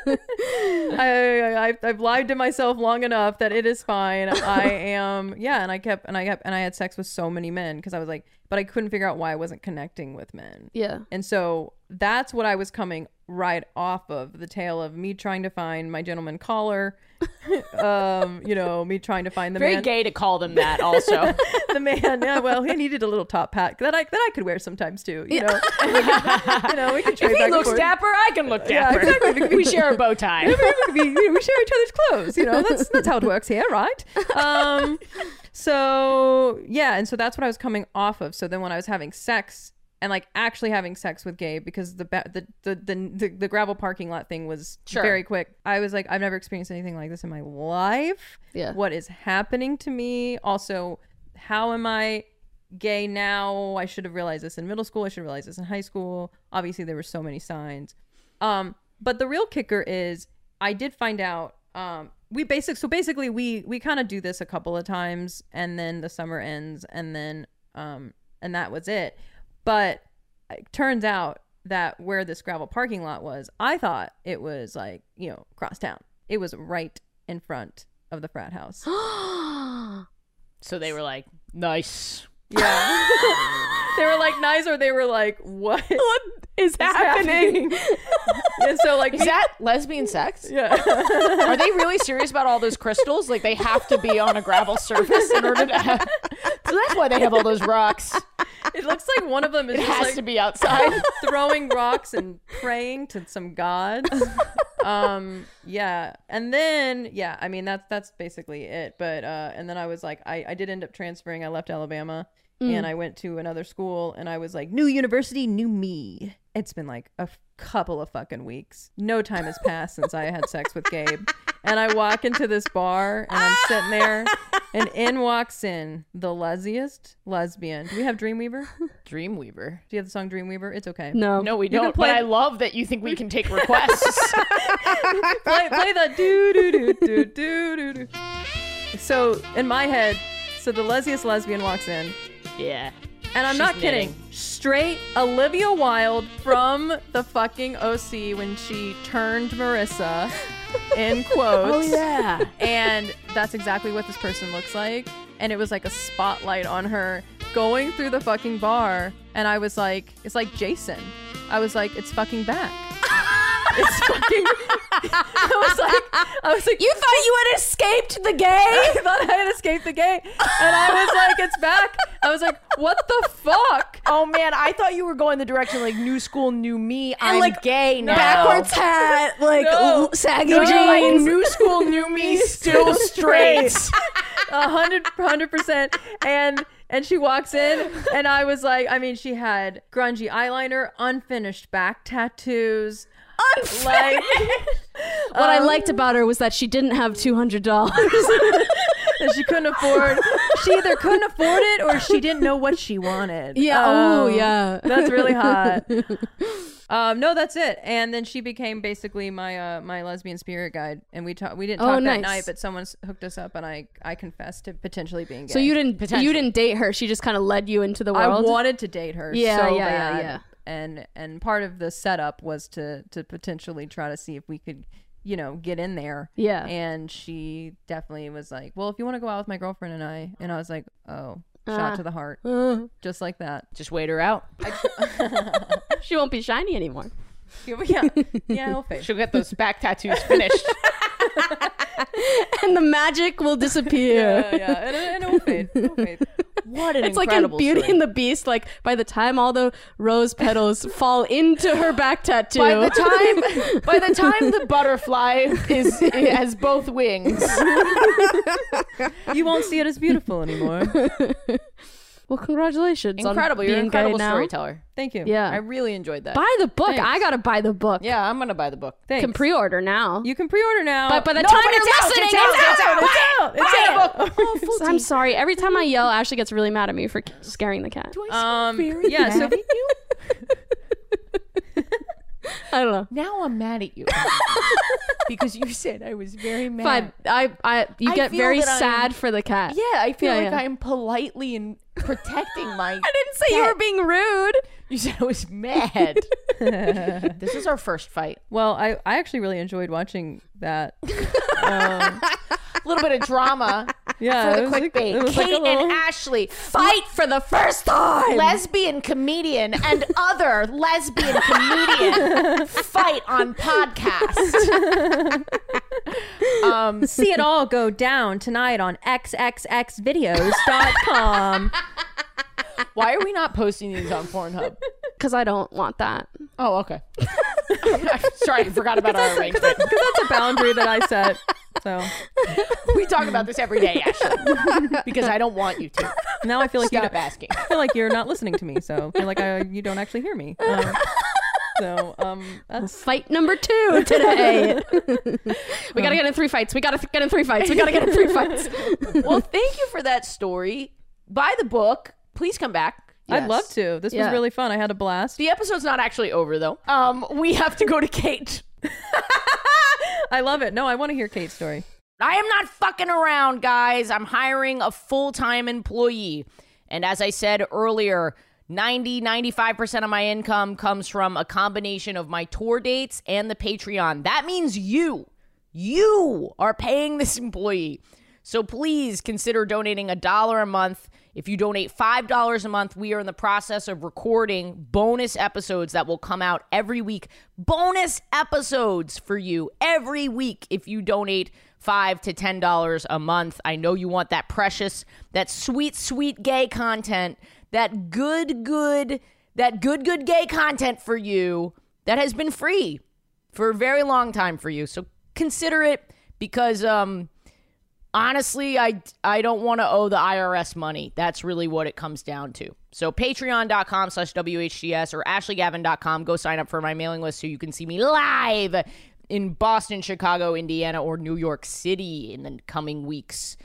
Speaker 3: I, I, I've, I've lied to myself long enough that it is fine. I am, yeah. And I kept, and I kept, and I had sex with so many men because I was like, but I couldn't figure out why I wasn't connecting with men.
Speaker 5: yeah.
Speaker 3: And so that's what I was coming right off of the tale of me trying to find my gentleman caller, um, you know, me trying to find the
Speaker 2: Very
Speaker 3: man,
Speaker 2: gay to call them that, also.
Speaker 3: the man. Yeah, well, he needed a little top hat that I that I could wear sometimes too. You know, We could- you know, we could trade back
Speaker 2: If he
Speaker 3: and
Speaker 2: looks
Speaker 3: forth.
Speaker 2: dapper, I can look dapper. we share a bow tie.
Speaker 3: we, could be- you know, we share each other's clothes. You know, that's that's how it works here, right? Um, so yeah, and so that's what I was coming off of. So then when I was having sex and like actually having sex with Gabe because the ba- the, the the the the gravel parking lot thing was
Speaker 2: Sure.
Speaker 3: very quick. I was like, I've never experienced anything like this in my life.
Speaker 5: Yeah.
Speaker 3: what is happening to me? Also, how am I? gay now i should have realized this in middle school i should have realized this in high school obviously there were so many signs um, but the real kicker is I did find out um we basic so basically we we kind of do this a couple of times and then the summer ends and then um and that was it but it turns out that where this gravel parking lot was i thought it was like you know cross town it was right in front of the frat house
Speaker 2: So they were like, nice.
Speaker 3: yeah they were like nice or they were like what
Speaker 5: What is happening?
Speaker 3: and so like
Speaker 2: Is that lesbian sex?
Speaker 3: yeah
Speaker 2: Are they really serious about all those crystals? Like they have to be on a gravel surface in order to have. So that's why they have all those rocks.
Speaker 3: it looks like one of them is
Speaker 2: It
Speaker 3: just
Speaker 2: has
Speaker 3: like
Speaker 2: to be outside.
Speaker 3: throwing rocks and praying to some gods. um yeah and then yeah i mean that's that's basically it but uh and then i was like i i did end up transferring i left alabama and i went to another school and i was like new university new me it's been like a f- couple of fucking weeks no time has passed since i had sex with gabe and i walk into this bar and i'm sitting there and in walks in the lesiest lesbian do we have dreamweaver
Speaker 2: Dreamweaver.
Speaker 3: do you have the song dreamweaver it's okay
Speaker 5: No.
Speaker 2: No, we
Speaker 3: can
Speaker 2: don't.
Speaker 3: play-
Speaker 2: But I love that you think we can take requests.
Speaker 3: play, play the do do do do do do do. So in my head, so the lesiest lesbian walks in,
Speaker 2: yeah.
Speaker 3: and I'm not kidding.
Speaker 2: knitting.
Speaker 3: Straight Olivia Wilde from the fucking OC when she turned Marissa in quotes.
Speaker 2: Oh yeah.
Speaker 3: And that's exactly what this person looks like. And it was like a spotlight on her going through the fucking bar. And I was like, it's like Jason. I was like, it's fucking back. it's fucking. I was like, I was like, you thought you had escaped the gay? I thought I had escaped the gay. And I was like, it's back. I was like, what the fuck?
Speaker 2: Oh man, I thought you were going the direction like new school, new me. I'm
Speaker 5: like,
Speaker 2: gay now.
Speaker 5: Backwards hat, like
Speaker 3: No.
Speaker 5: l- saggy
Speaker 2: You're like
Speaker 5: jeans.
Speaker 2: new school, new me, still straight.
Speaker 3: a hundred hundred percent and and she walks in and i was like i mean she had grungy eyeliner unfinished back tattoos like
Speaker 5: what I liked about her was that she didn't have two hundred dollars.
Speaker 3: that she couldn't afford she either couldn't afford it or she didn't know what she wanted
Speaker 5: Yeah. oh,
Speaker 3: Um,
Speaker 5: yeah.
Speaker 3: that's really hot um no that's it and then she became basically my uh my lesbian spirit guide and we talked we didn't
Speaker 5: Oh,
Speaker 3: talk that
Speaker 5: nice.
Speaker 3: night but someone s- hooked us up and i i confessed to potentially being gay
Speaker 5: So you didn't you didn't date her. She just kind of led you into the
Speaker 3: I
Speaker 5: world.
Speaker 3: wanted to date her
Speaker 5: Yeah,
Speaker 3: so
Speaker 5: yeah, yeah,
Speaker 3: bad.
Speaker 5: yeah.
Speaker 3: And and part of the setup was to to potentially try to see if we could, you know, get in there.
Speaker 5: Yeah.
Speaker 3: And she definitely was like, "Well, if you want to go out with my girlfriend and I." And I was like, "Oh,
Speaker 5: Ah.
Speaker 3: shot to the heart." Just like that.
Speaker 2: Just wait her out.
Speaker 5: she won't be shiny anymore.
Speaker 3: yeah. Yeah, I'll face.
Speaker 2: She'll get those back tattoos finished.
Speaker 5: And the magic will disappear.
Speaker 3: Yeah, yeah, and, and it'll fade. It'll fade.
Speaker 2: What an
Speaker 5: It's like in Beauty
Speaker 2: story.
Speaker 5: and the Beast, like by the time all the rose petals fall into her back tattoo.
Speaker 2: by the time by the time the butterfly is has both wings.
Speaker 3: You won't see it as beautiful anymore.
Speaker 5: well, congratulations. on
Speaker 2: Incredible. You're an
Speaker 5: being gay
Speaker 2: incredible
Speaker 5: now.
Speaker 2: storyteller.
Speaker 3: Thank you.
Speaker 5: Yeah.
Speaker 2: I really enjoyed that.
Speaker 5: buy the book. I gotta buy the book.
Speaker 2: yeah, I'm gonna buy the book.
Speaker 3: Thanks.
Speaker 5: Can pre order now. Uh,
Speaker 3: you can pre-order now.
Speaker 5: but by the
Speaker 2: No,
Speaker 5: time
Speaker 2: but
Speaker 5: you're
Speaker 2: it's out,
Speaker 5: listening,
Speaker 2: it's out, it's out, it's out, it's out.
Speaker 5: So I'm sorry. Every time I yell, Ashley gets really mad at me for scaring the cat.
Speaker 3: um yeah, so
Speaker 5: I don't know.
Speaker 2: Now I'm mad at you because you said I was very
Speaker 5: Fine.
Speaker 2: mad.
Speaker 5: I, I, you
Speaker 2: I
Speaker 5: get
Speaker 2: feel
Speaker 5: very
Speaker 2: that I'm-
Speaker 5: sad for the cat.
Speaker 2: Yeah, I feel
Speaker 5: Yeah,
Speaker 2: like
Speaker 5: yeah.
Speaker 2: I'm politely and protecting my.
Speaker 5: I didn't say you were being rude.
Speaker 2: You said I was mad. this is our first fight.
Speaker 3: well, I I actually really enjoyed watching that.
Speaker 2: A little bit of drama
Speaker 3: Yeah,
Speaker 2: for
Speaker 3: it
Speaker 2: the
Speaker 3: was like-
Speaker 2: clickbait.
Speaker 3: it was like a
Speaker 2: Kate
Speaker 3: little-
Speaker 2: and Ashley
Speaker 5: Fight for the first time.
Speaker 2: lesbian comedian and other lesbian comedian fight on podcast. Um,
Speaker 3: See it all go down tonight on xxxvideos.com.
Speaker 2: why are we not posting these on Pornhub?
Speaker 5: Because I don't want that.
Speaker 2: Oh, okay. Sorry, I forgot about our arrangement.
Speaker 3: That's a boundary that I set. So
Speaker 2: We talk about this every day, Ashley, because I don't want you to.
Speaker 3: now I feel like you
Speaker 2: Stop
Speaker 3: don't,
Speaker 2: asking.
Speaker 3: I feel like you're not listening to me. So I feel like I, you don't actually hear me. Um, so um, that's
Speaker 5: Fight number two today. we gotta get in three fights. We gotta th- get in three fights. We gotta get in three fights.
Speaker 2: Well, thank you for that story. Buy the book. Please come back. Uh,
Speaker 3: I'd love to. This
Speaker 5: Yeah.
Speaker 3: was really fun. I had a blast.
Speaker 2: The episode's not actually over though. Um, we have to go to Kate
Speaker 3: I love it. No, I want to hear Kate's story.
Speaker 2: I am not fucking around, guys. I'm hiring a full time employee. And as I said earlier, 90, 95% of my income comes from a combination of my tour dates and the Patreon. That means you, you are paying this employee. So please consider donating a dollar a month. If you donate $5 a month, we are in the process of recording bonus episodes that will come out every week. Bonus episodes for you every week if you donate 5 to $10 a month. I know you want that precious, that sweet sweet gay content, that good good that good good gay content for you that has been free for a very long time for you. So consider it because um honestly, I I don't want to owe the IRS money. That's really what it comes down to. So patreon.com slash WHGS or ashleygavin.com. Go sign up for my mailing list so you can see me live in Boston, Chicago, Indiana, or New York City in the coming weeks.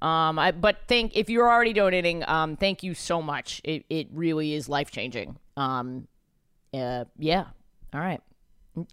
Speaker 2: Um, I, but thank if you're already donating, um, thank you so much. It, it really is life changing. Um, uh, yeah. All right.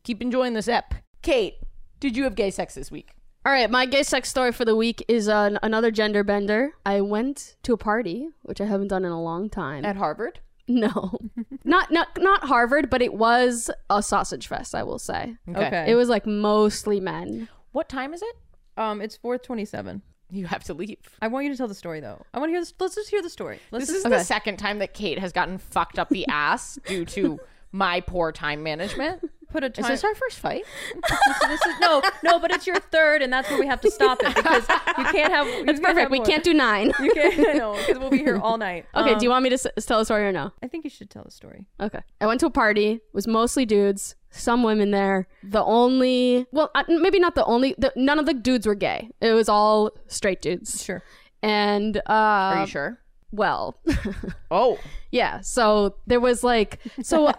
Speaker 2: Keep enjoying this ep. Kate, did you have gay sex this week?
Speaker 5: All right, my gay sex story for the week is an, another gender bender. I went to a party, which I haven't done in a long time.
Speaker 2: At Harvard?
Speaker 5: no, not not not Harvard, but it was a sausage fest. I will say
Speaker 3: Okay.
Speaker 5: it was like mostly men.
Speaker 2: What time is it?
Speaker 3: Um, it's 427.
Speaker 2: You have to leave.
Speaker 3: I want you to tell the story though. I want to hear this. Let's just hear the story. Let's
Speaker 2: This
Speaker 3: just
Speaker 2: is the second time that Kate has gotten fucked up the ass due to my poor time management.
Speaker 3: put a
Speaker 2: Is
Speaker 3: time.
Speaker 2: this our first fight?
Speaker 3: this is- no, no, but it's your third, and that's where we have to stop it because you can't have. you
Speaker 5: That's
Speaker 3: can't have
Speaker 5: perfect. We
Speaker 3: more.
Speaker 5: can't do nine.
Speaker 3: You can't. No, because we'll be here all night.
Speaker 5: okay,
Speaker 3: Um,
Speaker 5: do you want me to s- tell a story or no?
Speaker 3: I think you should tell the story.
Speaker 5: Okay. I went to a party. It was mostly dudes. Some women there. The only, well, uh, maybe not the only. The, none of the dudes were gay. It was all straight dudes.
Speaker 3: Sure.
Speaker 5: And uh,
Speaker 2: Are you sure?
Speaker 5: well,
Speaker 2: Um, Oh,
Speaker 5: yeah. So there was like, so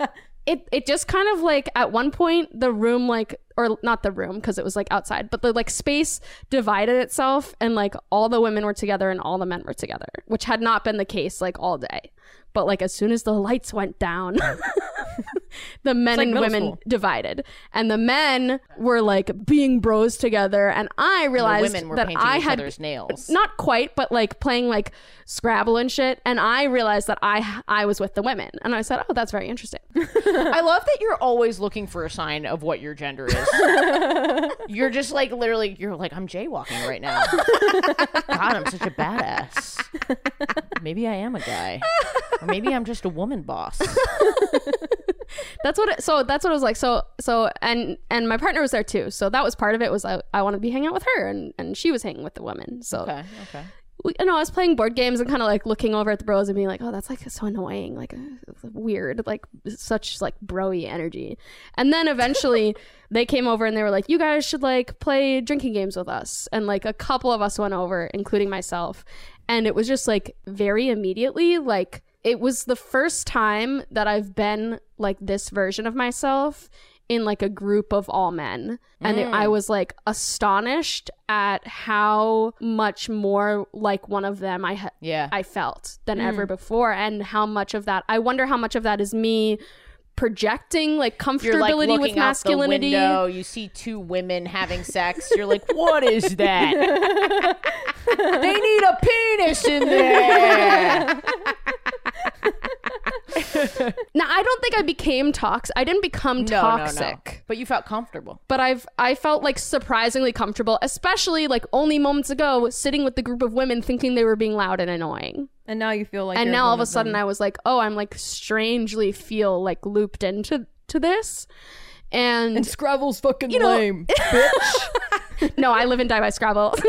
Speaker 5: it it just kind of like at one point the room like or not the room because it was like outside, but the like space divided itself and like all the women were together and all the men were together, which had not been the case like all day. But like as soon as the lights went down. the men and women divided and the men were like being bros together and i
Speaker 2: the
Speaker 5: realized
Speaker 2: women were
Speaker 5: that
Speaker 2: painting
Speaker 5: i
Speaker 2: each
Speaker 5: had
Speaker 2: other's nails.
Speaker 5: not quite but like playing like scrabble and shit and i realized that i i was with the women and i said oh that's very interesting
Speaker 2: I love that you're always looking for a sign of what your gender is. you're just like literally, you're like, I'm jaywalking right now. God, I'm such a badass. Maybe I am a guy. Or maybe I'm just a woman boss.
Speaker 5: that's what it, so that's what it was like so so and and my partner was there too so that was part of it was i, I wanted to be hanging out with her and and she was hanging with the women so
Speaker 2: Okay, okay.
Speaker 5: we, you know, I was playing board games and kind of like looking over at the bros and being like, "Oh, that's like so annoying, like uh, weird, like such like broy energy." And then eventually they came over and they were like, "You guys should like play drinking games with us." And like a couple of us went over, including myself, and it was just like very immediately like it was the first time that I've been like this version of myself in like a group of all men and it-
Speaker 2: Mm.
Speaker 5: i was like astonished at how much more like one of them i ha-
Speaker 2: Yeah. Mm.
Speaker 5: i felt than ever before and how much of that i wonder how much of that is me projecting like
Speaker 2: you're like
Speaker 5: comfortability
Speaker 2: looking
Speaker 5: with
Speaker 2: masculinity.
Speaker 5: masculinity
Speaker 2: Out the window, you see two women having sex. You're like, what is that? they need a penis in there.
Speaker 5: now i don't think i became toxic i didn't become toxic
Speaker 2: But you felt comfortable.
Speaker 5: but I've I felt like surprisingly comfortable, especially like only moments ago sitting with the group of women thinking they were being loud and annoying.
Speaker 3: And now you feel like.
Speaker 5: and
Speaker 3: you're
Speaker 5: now all of
Speaker 3: one
Speaker 5: a sudden
Speaker 3: them.
Speaker 5: I was like, oh, I'm like strangely feel like looped into to this. And,
Speaker 3: And Scrabble's fucking lame.
Speaker 5: no, I live and die by Scrabble.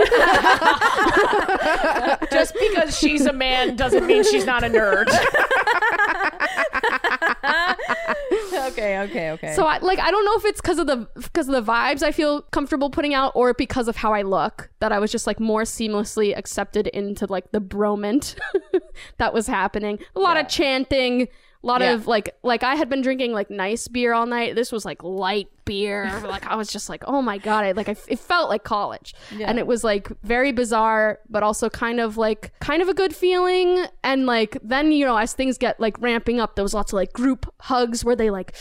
Speaker 2: Just because she's a man doesn't mean she's not a nerd.
Speaker 3: okay, okay, okay.
Speaker 5: so I like I don't know if it's because of the because of the vibes I feel comfortable putting out or because of how I look that I was just like more seamlessly accepted into like the bromant that was happening. A lot of chanting, a lot of like like I had been drinking like nice beer all night. This was like light beer. like I was just like, "Oh my god, I like I, it felt like college." And it was like very bizarre but also kind of like kind of a good feeling and like then you know as things get like ramping up there was lots of like group hugs where they like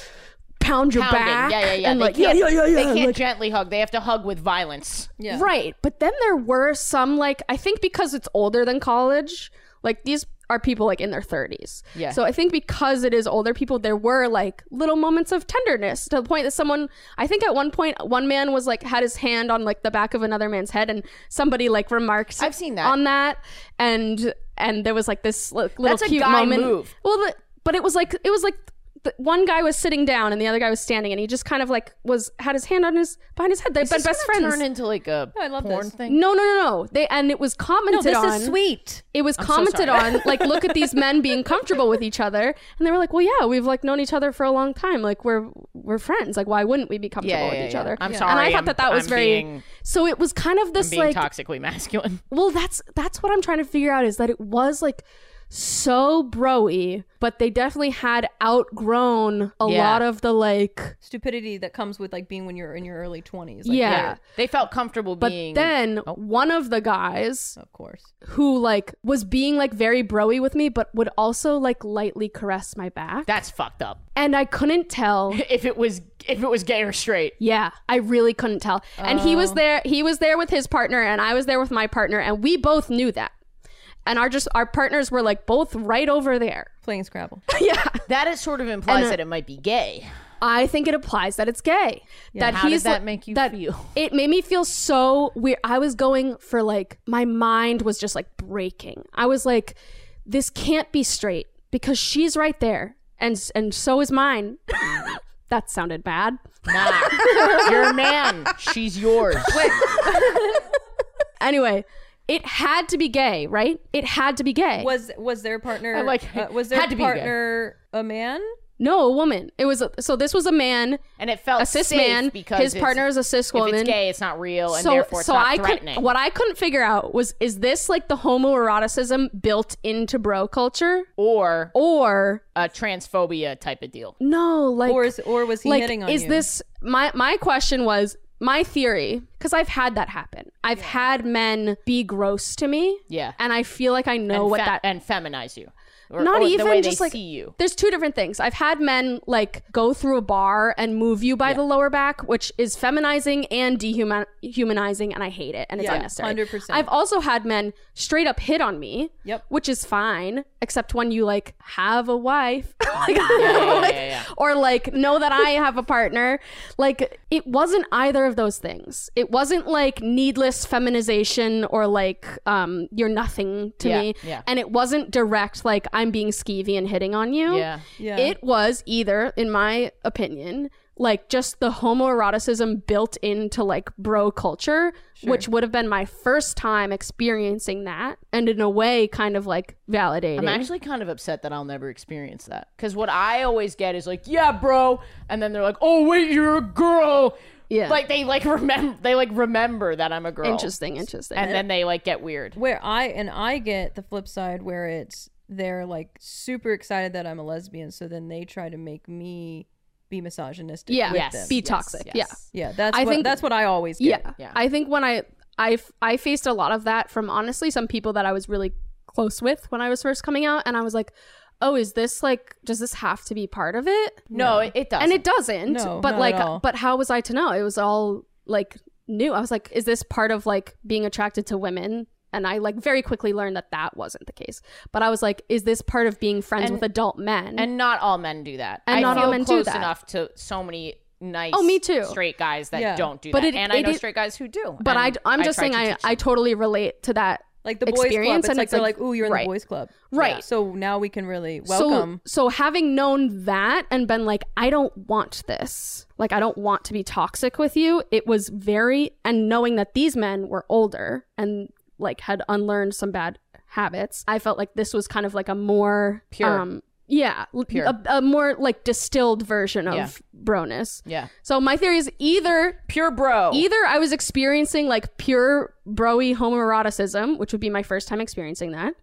Speaker 5: pound your
Speaker 2: pounding.
Speaker 5: back.
Speaker 2: Yeah, yeah, yeah.
Speaker 5: And
Speaker 2: they
Speaker 5: like, yeah,
Speaker 2: can't,
Speaker 5: yeah, yeah, yeah.
Speaker 2: They can't
Speaker 5: like-
Speaker 2: gently hug. They have to hug with violence.
Speaker 3: Yeah.
Speaker 5: Right. But then there were some like I think because it's older than college, like these are people like in their 30s.
Speaker 2: Yeah.
Speaker 5: So I think because it is older people, there were like little moments of tenderness to the point that someone, I think at one point, one man was like had his hand on like the back of another man's head, and somebody like remarked,
Speaker 2: I've seen that.
Speaker 5: on that, and and there was like this like, little
Speaker 2: That's a
Speaker 5: cute
Speaker 2: guy
Speaker 5: moment.
Speaker 2: move.
Speaker 5: Well, the, but it was like it was like the, one guy was sitting down and the other guy was standing, and he just kind of like was had his hand on his behind his head. They've been
Speaker 2: This
Speaker 5: best
Speaker 2: gonna
Speaker 5: friends.
Speaker 2: Turn into like a
Speaker 3: I love
Speaker 2: porn
Speaker 3: this.
Speaker 2: thing.
Speaker 5: No, no, no, no. They and it was
Speaker 3: No,
Speaker 5: commented
Speaker 3: this
Speaker 5: on.
Speaker 3: is sweet.
Speaker 5: It was commented on like, look at these men being comfortable with each other, and they were like, well, yeah, we've like known each other for a long time, like we're we're friends, like why wouldn't we be comfortable
Speaker 2: Yeah, yeah,
Speaker 5: with
Speaker 2: yeah,
Speaker 5: each
Speaker 2: yeah.
Speaker 5: other?
Speaker 2: I'm
Speaker 5: and
Speaker 2: sorry,
Speaker 5: I thought
Speaker 2: I'm-
Speaker 5: that that was
Speaker 2: I'm
Speaker 5: very.
Speaker 2: being-
Speaker 5: so it was kind of this
Speaker 2: Being
Speaker 5: like,
Speaker 2: toxically masculine.
Speaker 5: well, that's that's what I'm trying to figure out is that it was like so broy, but they definitely had outgrown a
Speaker 2: Yeah.
Speaker 5: lot of the like,
Speaker 3: Stupidity that comes with like being when you're in your early 20s. Like,
Speaker 5: yeah.
Speaker 2: They felt comfortable
Speaker 5: But
Speaker 2: being. Oh.
Speaker 5: then one of the guys
Speaker 3: Of course.
Speaker 5: who like was being like very broy with me but would also like lightly caress my back
Speaker 2: that's fucked up.
Speaker 5: and i couldn't tell
Speaker 2: If it was if it was gay or straight,
Speaker 5: yeah i really couldn't tell and he was there he was there with his partner and i was there with my partner and we both knew that and our just our partners were like both right over there
Speaker 3: Playing Scrabble.
Speaker 5: yeah
Speaker 2: that it sort of implies
Speaker 5: uh,
Speaker 2: that it might be gay.
Speaker 5: i think it applies that it's gay that
Speaker 2: How
Speaker 5: he's
Speaker 2: does that
Speaker 5: like-
Speaker 2: make you
Speaker 5: that
Speaker 2: feel?
Speaker 5: it made me feel so weird. I was going for like my mind was just like breaking. I was like, this can't be straight because she's right there, and and so is mine. that sounded bad.
Speaker 2: Nah, you're a man. She's yours.
Speaker 5: Anyway, it had to be gay, right? It had to be gay.
Speaker 3: Was was their partner
Speaker 2: I'm like,
Speaker 3: uh, was their
Speaker 2: had to be gay.
Speaker 3: partner a man?
Speaker 5: no, a woman. It was a, so. This was a man,
Speaker 2: and it felt
Speaker 5: a cis
Speaker 2: safe
Speaker 5: man.
Speaker 2: because
Speaker 5: His
Speaker 2: it's-
Speaker 5: partner is a cis
Speaker 2: If
Speaker 5: woman.
Speaker 2: it's gay, it's not real, and
Speaker 5: so,
Speaker 2: therefore it's
Speaker 5: so
Speaker 2: not
Speaker 5: I
Speaker 2: threatening.
Speaker 5: could what I couldn't figure out was is this like the homoeroticism built into bro culture
Speaker 2: or
Speaker 5: Oh. or
Speaker 2: a transphobia type of deal.
Speaker 5: No, like
Speaker 3: Or is or was he
Speaker 5: like
Speaker 3: hitting on
Speaker 5: is
Speaker 3: you?
Speaker 5: this my my question was my theory because I've had that happen. I've had men be gross to me.
Speaker 2: Yeah.
Speaker 5: and I feel like I know
Speaker 2: and
Speaker 5: what
Speaker 2: fe-
Speaker 5: that.
Speaker 2: and feminize you. Or,
Speaker 5: not
Speaker 2: or
Speaker 5: even
Speaker 2: the way
Speaker 5: just
Speaker 2: they
Speaker 5: like
Speaker 2: see you.
Speaker 5: There's two different things. I've had men like go through a bar and move you by the lower back, which is feminizing and dehumanizing, and I hate it and it's
Speaker 3: Yeah,
Speaker 5: unnecessary.
Speaker 3: 100%.
Speaker 5: I've also had men straight up hit on me.
Speaker 3: Yep.
Speaker 5: Which is fine, except when you like have a wife. like,
Speaker 2: yeah,
Speaker 5: like,
Speaker 2: yeah, yeah.
Speaker 5: or like know that I have a partner. Like it wasn't either of those things. It wasn't like needless feminization or like um you're nothing to
Speaker 2: Yeah,
Speaker 5: me.
Speaker 2: yeah.
Speaker 5: And it wasn't direct like I'm being skeevy and hitting on you.
Speaker 2: Yeah.
Speaker 3: Yeah.
Speaker 5: It was either, in my opinion, like just the homoeroticism built into like bro culture, which would have been my first time experiencing that and in a way kind of like validating.
Speaker 2: I'm actually kind of upset that I'll never experience that. Because what I always get is like, yeah, bro. And then they're like, oh, wait, you're a girl.
Speaker 5: Yeah.
Speaker 2: Like they like remember they like remember that I'm a girl.
Speaker 5: interesting, interesting.
Speaker 2: And then they like get weird.
Speaker 3: where I and I get the flip side where it's they're like super excited that I'm a lesbian, so then they try to make me be misogynistic.
Speaker 5: yeah,
Speaker 3: with
Speaker 5: yes,
Speaker 3: them.
Speaker 5: be toxic. Yeah.
Speaker 3: yeah. That's
Speaker 5: I
Speaker 3: what
Speaker 5: think-
Speaker 3: that's what I always get.
Speaker 5: Yeah.
Speaker 2: Yeah.
Speaker 5: I think when I I I faced a lot of that from honestly some people that I was really close with when I was first coming out and I was like, "Oh, is this like does this have to be part of it?"
Speaker 2: No, it, it does.
Speaker 5: And it doesn't.
Speaker 3: No, not
Speaker 5: but
Speaker 3: at
Speaker 5: like
Speaker 3: all.
Speaker 5: but how was I to know? It was all like new. I was like, "Is this part of like being attracted to women?" And I like very quickly learned that that wasn't the case. But I was like, "Is this part of being friends with adult men?"
Speaker 2: and not all men do that.
Speaker 5: And
Speaker 2: I
Speaker 5: not all
Speaker 2: feel
Speaker 5: men do
Speaker 2: close
Speaker 5: that.
Speaker 2: enough to so many nice
Speaker 5: Oh, me too.
Speaker 2: straight guys that
Speaker 3: Yeah.
Speaker 2: don't do
Speaker 5: But it-
Speaker 2: that. and I
Speaker 5: it
Speaker 2: know
Speaker 5: is-
Speaker 2: straight guys who do.
Speaker 5: but I,
Speaker 2: And
Speaker 5: I'm just
Speaker 2: try
Speaker 5: saying
Speaker 2: to
Speaker 5: I,
Speaker 2: teach
Speaker 5: I
Speaker 2: them.
Speaker 5: totally relate to that
Speaker 3: Like the boys club,
Speaker 5: Experience,
Speaker 3: it's
Speaker 5: and
Speaker 3: like
Speaker 5: it's
Speaker 3: they're
Speaker 5: like-
Speaker 3: like, "Ooh, you're in
Speaker 5: right.
Speaker 3: the boys club."
Speaker 5: Right.
Speaker 3: Yeah. So now we can really welcome.
Speaker 5: So, so having known that and been like, I don't want this. Like, I don't want to be toxic with you. It was very, and knowing that these men were older and like had unlearned some bad habits, I felt like this was kind of like a more
Speaker 2: Pure.
Speaker 5: Um, yeah, l-
Speaker 2: Pure.
Speaker 5: A, a more like distilled version of
Speaker 2: Yeah.
Speaker 5: broness.
Speaker 2: Yeah.
Speaker 5: So my theory is either
Speaker 2: Pure bro.
Speaker 5: either I was experiencing like pure broy homoeroticism, which would be my first time experiencing that,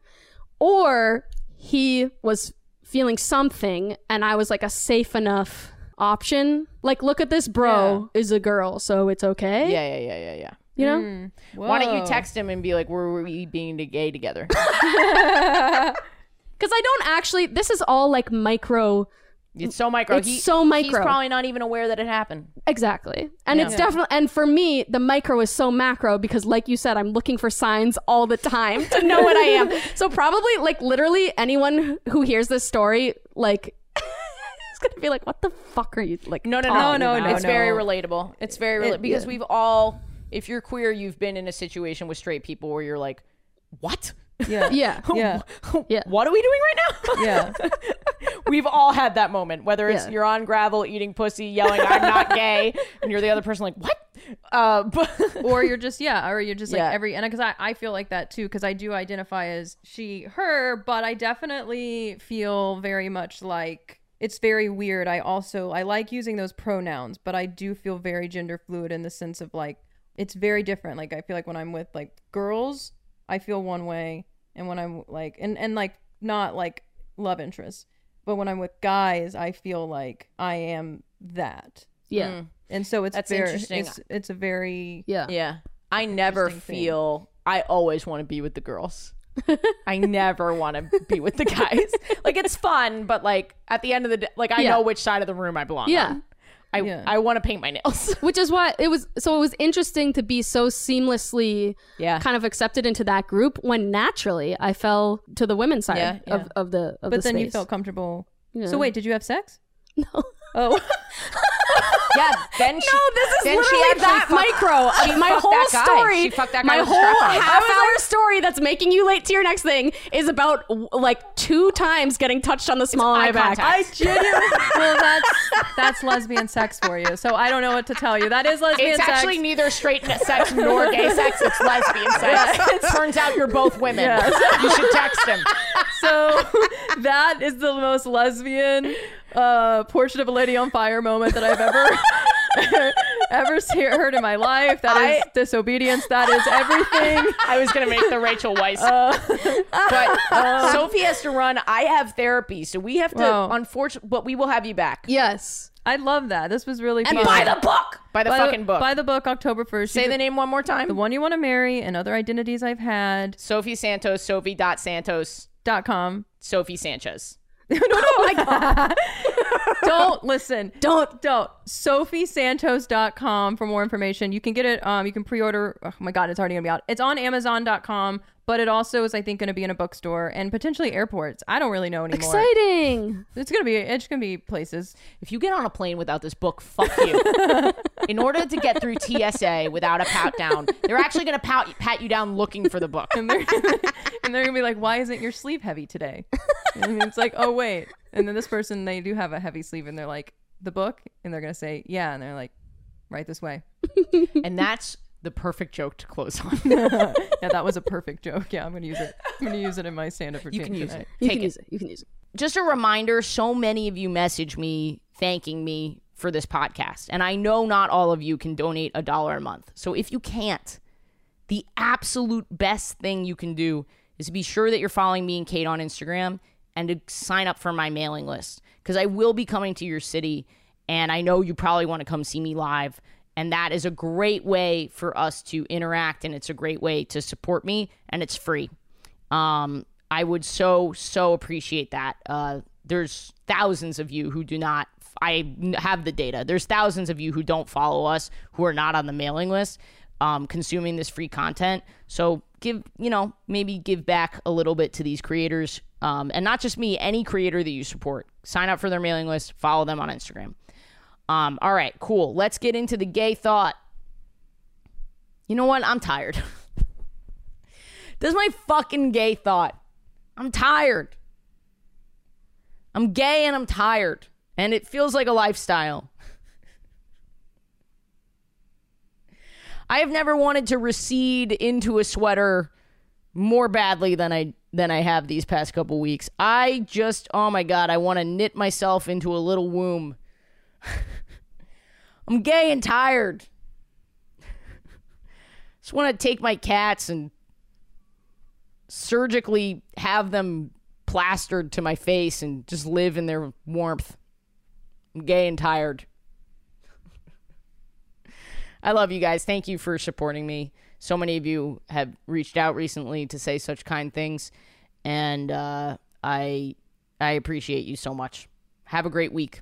Speaker 5: or he was feeling something and I was like a safe enough option. Like, look at this bro is a girl, so it's okay.
Speaker 2: yeah, yeah, yeah, yeah, yeah.
Speaker 5: You know?
Speaker 2: Why don't you
Speaker 3: Whoa.
Speaker 2: text him and be like, "Were we being gay together?"
Speaker 5: Because I don't actually, this is all like micro
Speaker 2: It's so micro.
Speaker 5: It's so micro.
Speaker 2: He's probably not even aware that it happened.
Speaker 5: Exactly. And it's definitely and for me the micro is so macro because like you said I'm looking for signs all the time to know what I am. So probably like literally anyone who hears this story like is going to be like what the fuck are you like
Speaker 2: No, no, no,
Speaker 5: talking
Speaker 2: no,
Speaker 5: about?
Speaker 2: It's very relatable. It's very relatable because we've all, if you're queer, you've been in a situation with straight people where you're like, what?
Speaker 3: Yeah.
Speaker 5: Yeah.
Speaker 3: Yeah.
Speaker 5: Yeah.
Speaker 2: What are we doing right now?
Speaker 3: Yeah.
Speaker 2: We've all had that moment, whether it's
Speaker 5: Yeah.
Speaker 2: you're on gravel eating pussy, yelling, I'm not gay, and you're the other person like, what? Uh, but
Speaker 3: or you're just yeah or you're just like
Speaker 2: Yeah.
Speaker 3: every and because I, I feel like that too because i do identify as she her but i definitely feel very much like it's very weird i also i like using those pronouns but i do feel very gender fluid in the sense of like it's very different like i feel like when i'm with like girls i feel one way and when i'm like and and like not like love interest but when i'm with guys i feel like i am that
Speaker 5: Yeah.
Speaker 3: and so it's
Speaker 2: That's
Speaker 3: very
Speaker 2: interesting.
Speaker 3: It's, it's a very
Speaker 5: Yeah.
Speaker 2: yeah, I never
Speaker 3: Interesting thing.
Speaker 2: feel, I always want to be with the girls. I never want to be with the guys. Like it's fun, but like at the end of the day, like I
Speaker 5: Yeah.
Speaker 2: know which side of the room I belong
Speaker 5: Yeah.
Speaker 2: on. I
Speaker 3: Yeah.
Speaker 2: I want to paint my nails.
Speaker 5: Which is why it was so it was interesting to be so seamlessly
Speaker 2: Yeah.
Speaker 5: kind of accepted into that group when naturally I fell to the women's side
Speaker 2: Yeah, yeah.
Speaker 5: Of, of the of
Speaker 3: but
Speaker 5: the
Speaker 3: then you
Speaker 5: space.
Speaker 3: felt comfortable.
Speaker 5: Yeah.
Speaker 3: So wait, did you have sex?
Speaker 5: No.
Speaker 3: Oh,
Speaker 2: Yeah, then she,
Speaker 5: No, this is
Speaker 2: then
Speaker 5: literally
Speaker 2: she actually
Speaker 5: that
Speaker 2: fucked-
Speaker 5: micro.
Speaker 2: she
Speaker 5: my
Speaker 2: fucked
Speaker 5: whole
Speaker 2: that guy.
Speaker 5: story,
Speaker 2: She fucked that guy
Speaker 5: my
Speaker 2: with a
Speaker 5: whole
Speaker 2: strap on.
Speaker 5: half-hour story that's making you late to your next thing is about w- like two times getting touched on the small of
Speaker 2: eye
Speaker 5: my back.
Speaker 2: contact.
Speaker 5: I-
Speaker 3: genuinely. well, that's that's lesbian sex for you. So I don't know what to tell you. That is lesbian
Speaker 2: It's
Speaker 3: sex.
Speaker 2: actually neither straight sex nor gay sex. It's lesbian sex. Turns out you're both women. You should text him.
Speaker 3: so that is the most lesbian uh, portrait of a lady on fire moment that I've ever ever se- heard in my life. That is disobedience. That is everything.
Speaker 2: I was gonna make the Rachel Weisz, but Sophie has to run. I have therapy, so we have to.
Speaker 3: Wow.
Speaker 2: Unfortunately, but we will have you back
Speaker 5: yes.
Speaker 3: I love that. This was really fun.
Speaker 2: book. By the
Speaker 3: By
Speaker 2: fucking book.
Speaker 3: By the book, October first.
Speaker 2: Say the name one more time.
Speaker 3: The one you want to marry and other identities I've had.
Speaker 2: Sophie Santos. Sophie dot Santos.
Speaker 3: dot com.
Speaker 2: Sophie Sanchez.
Speaker 3: don't listen. Don't don't. SophieSantos.com for more information. You can get it. Um, you can pre-order. Oh my god, it's already gonna be out. It's on Amazon.com, but it also is, I think, gonna be in a bookstore and potentially airports. I don't really know anymore.
Speaker 5: Exciting.
Speaker 3: It's gonna be. It's gonna be places.
Speaker 2: If you get on a plane without this book, fuck you. In order to get through TSA without a pat down, they're actually going to pat, pat you down looking for the book.
Speaker 3: And they're, and they're gonna be like, "Why isn't your sleeve heavy today?" And it's like, "Oh wait." And then this person, they do have a heavy sleeve, and they're like, "The book," and they're gonna say, "Yeah," and they're like, "Right this way."
Speaker 2: And that's the perfect joke to close on.
Speaker 3: Yeah, that was a perfect joke. Yeah, I'm gonna use it. I'm gonna use it in my stand-up routine. You
Speaker 2: can use it.
Speaker 5: You
Speaker 2: Take
Speaker 5: can
Speaker 2: it.
Speaker 5: use it. You can use it.
Speaker 2: Just a reminder so many of you message me thanking me for this podcast. And I know not all of you can donate a dollar a month. So if you can't, the absolute best thing you can do is be sure that you're following me and Kate on Instagram and to sign up for my mailing list because I will be coming to your city and I know you probably want to come see me live. And that is a great way for us to interact and it's a great way to support me and it's free. Um, I would so, so appreciate that. Uh, there's thousands of you who do not I n- have the data. There's thousands of you who don't follow us, who are not on the mailing list, um, consuming this free content. So give, you know, maybe give back a little bit to these creators, um, and not just me. Any creator that you support, sign up for their mailing list, follow them on Instagram. Um, all right, cool. Let's get into the gay thought. You know what? I'm tired. this is my fucking gay thought. I'm tired. I'm gay and I'm tired. And it feels like a lifestyle. I have never wanted to recede into a sweater more badly than I than I have these past couple weeks. I just oh my god, I want to knit myself into a little womb. I'm gay and tired. Just want to take my cats and surgically have them plastered to my face and just live in their warmth. I'm gay and tired. I love you guys. Thank you for supporting me. So many of you have reached out recently to say such kind things, and uh, I I appreciate you so much. Have a great week.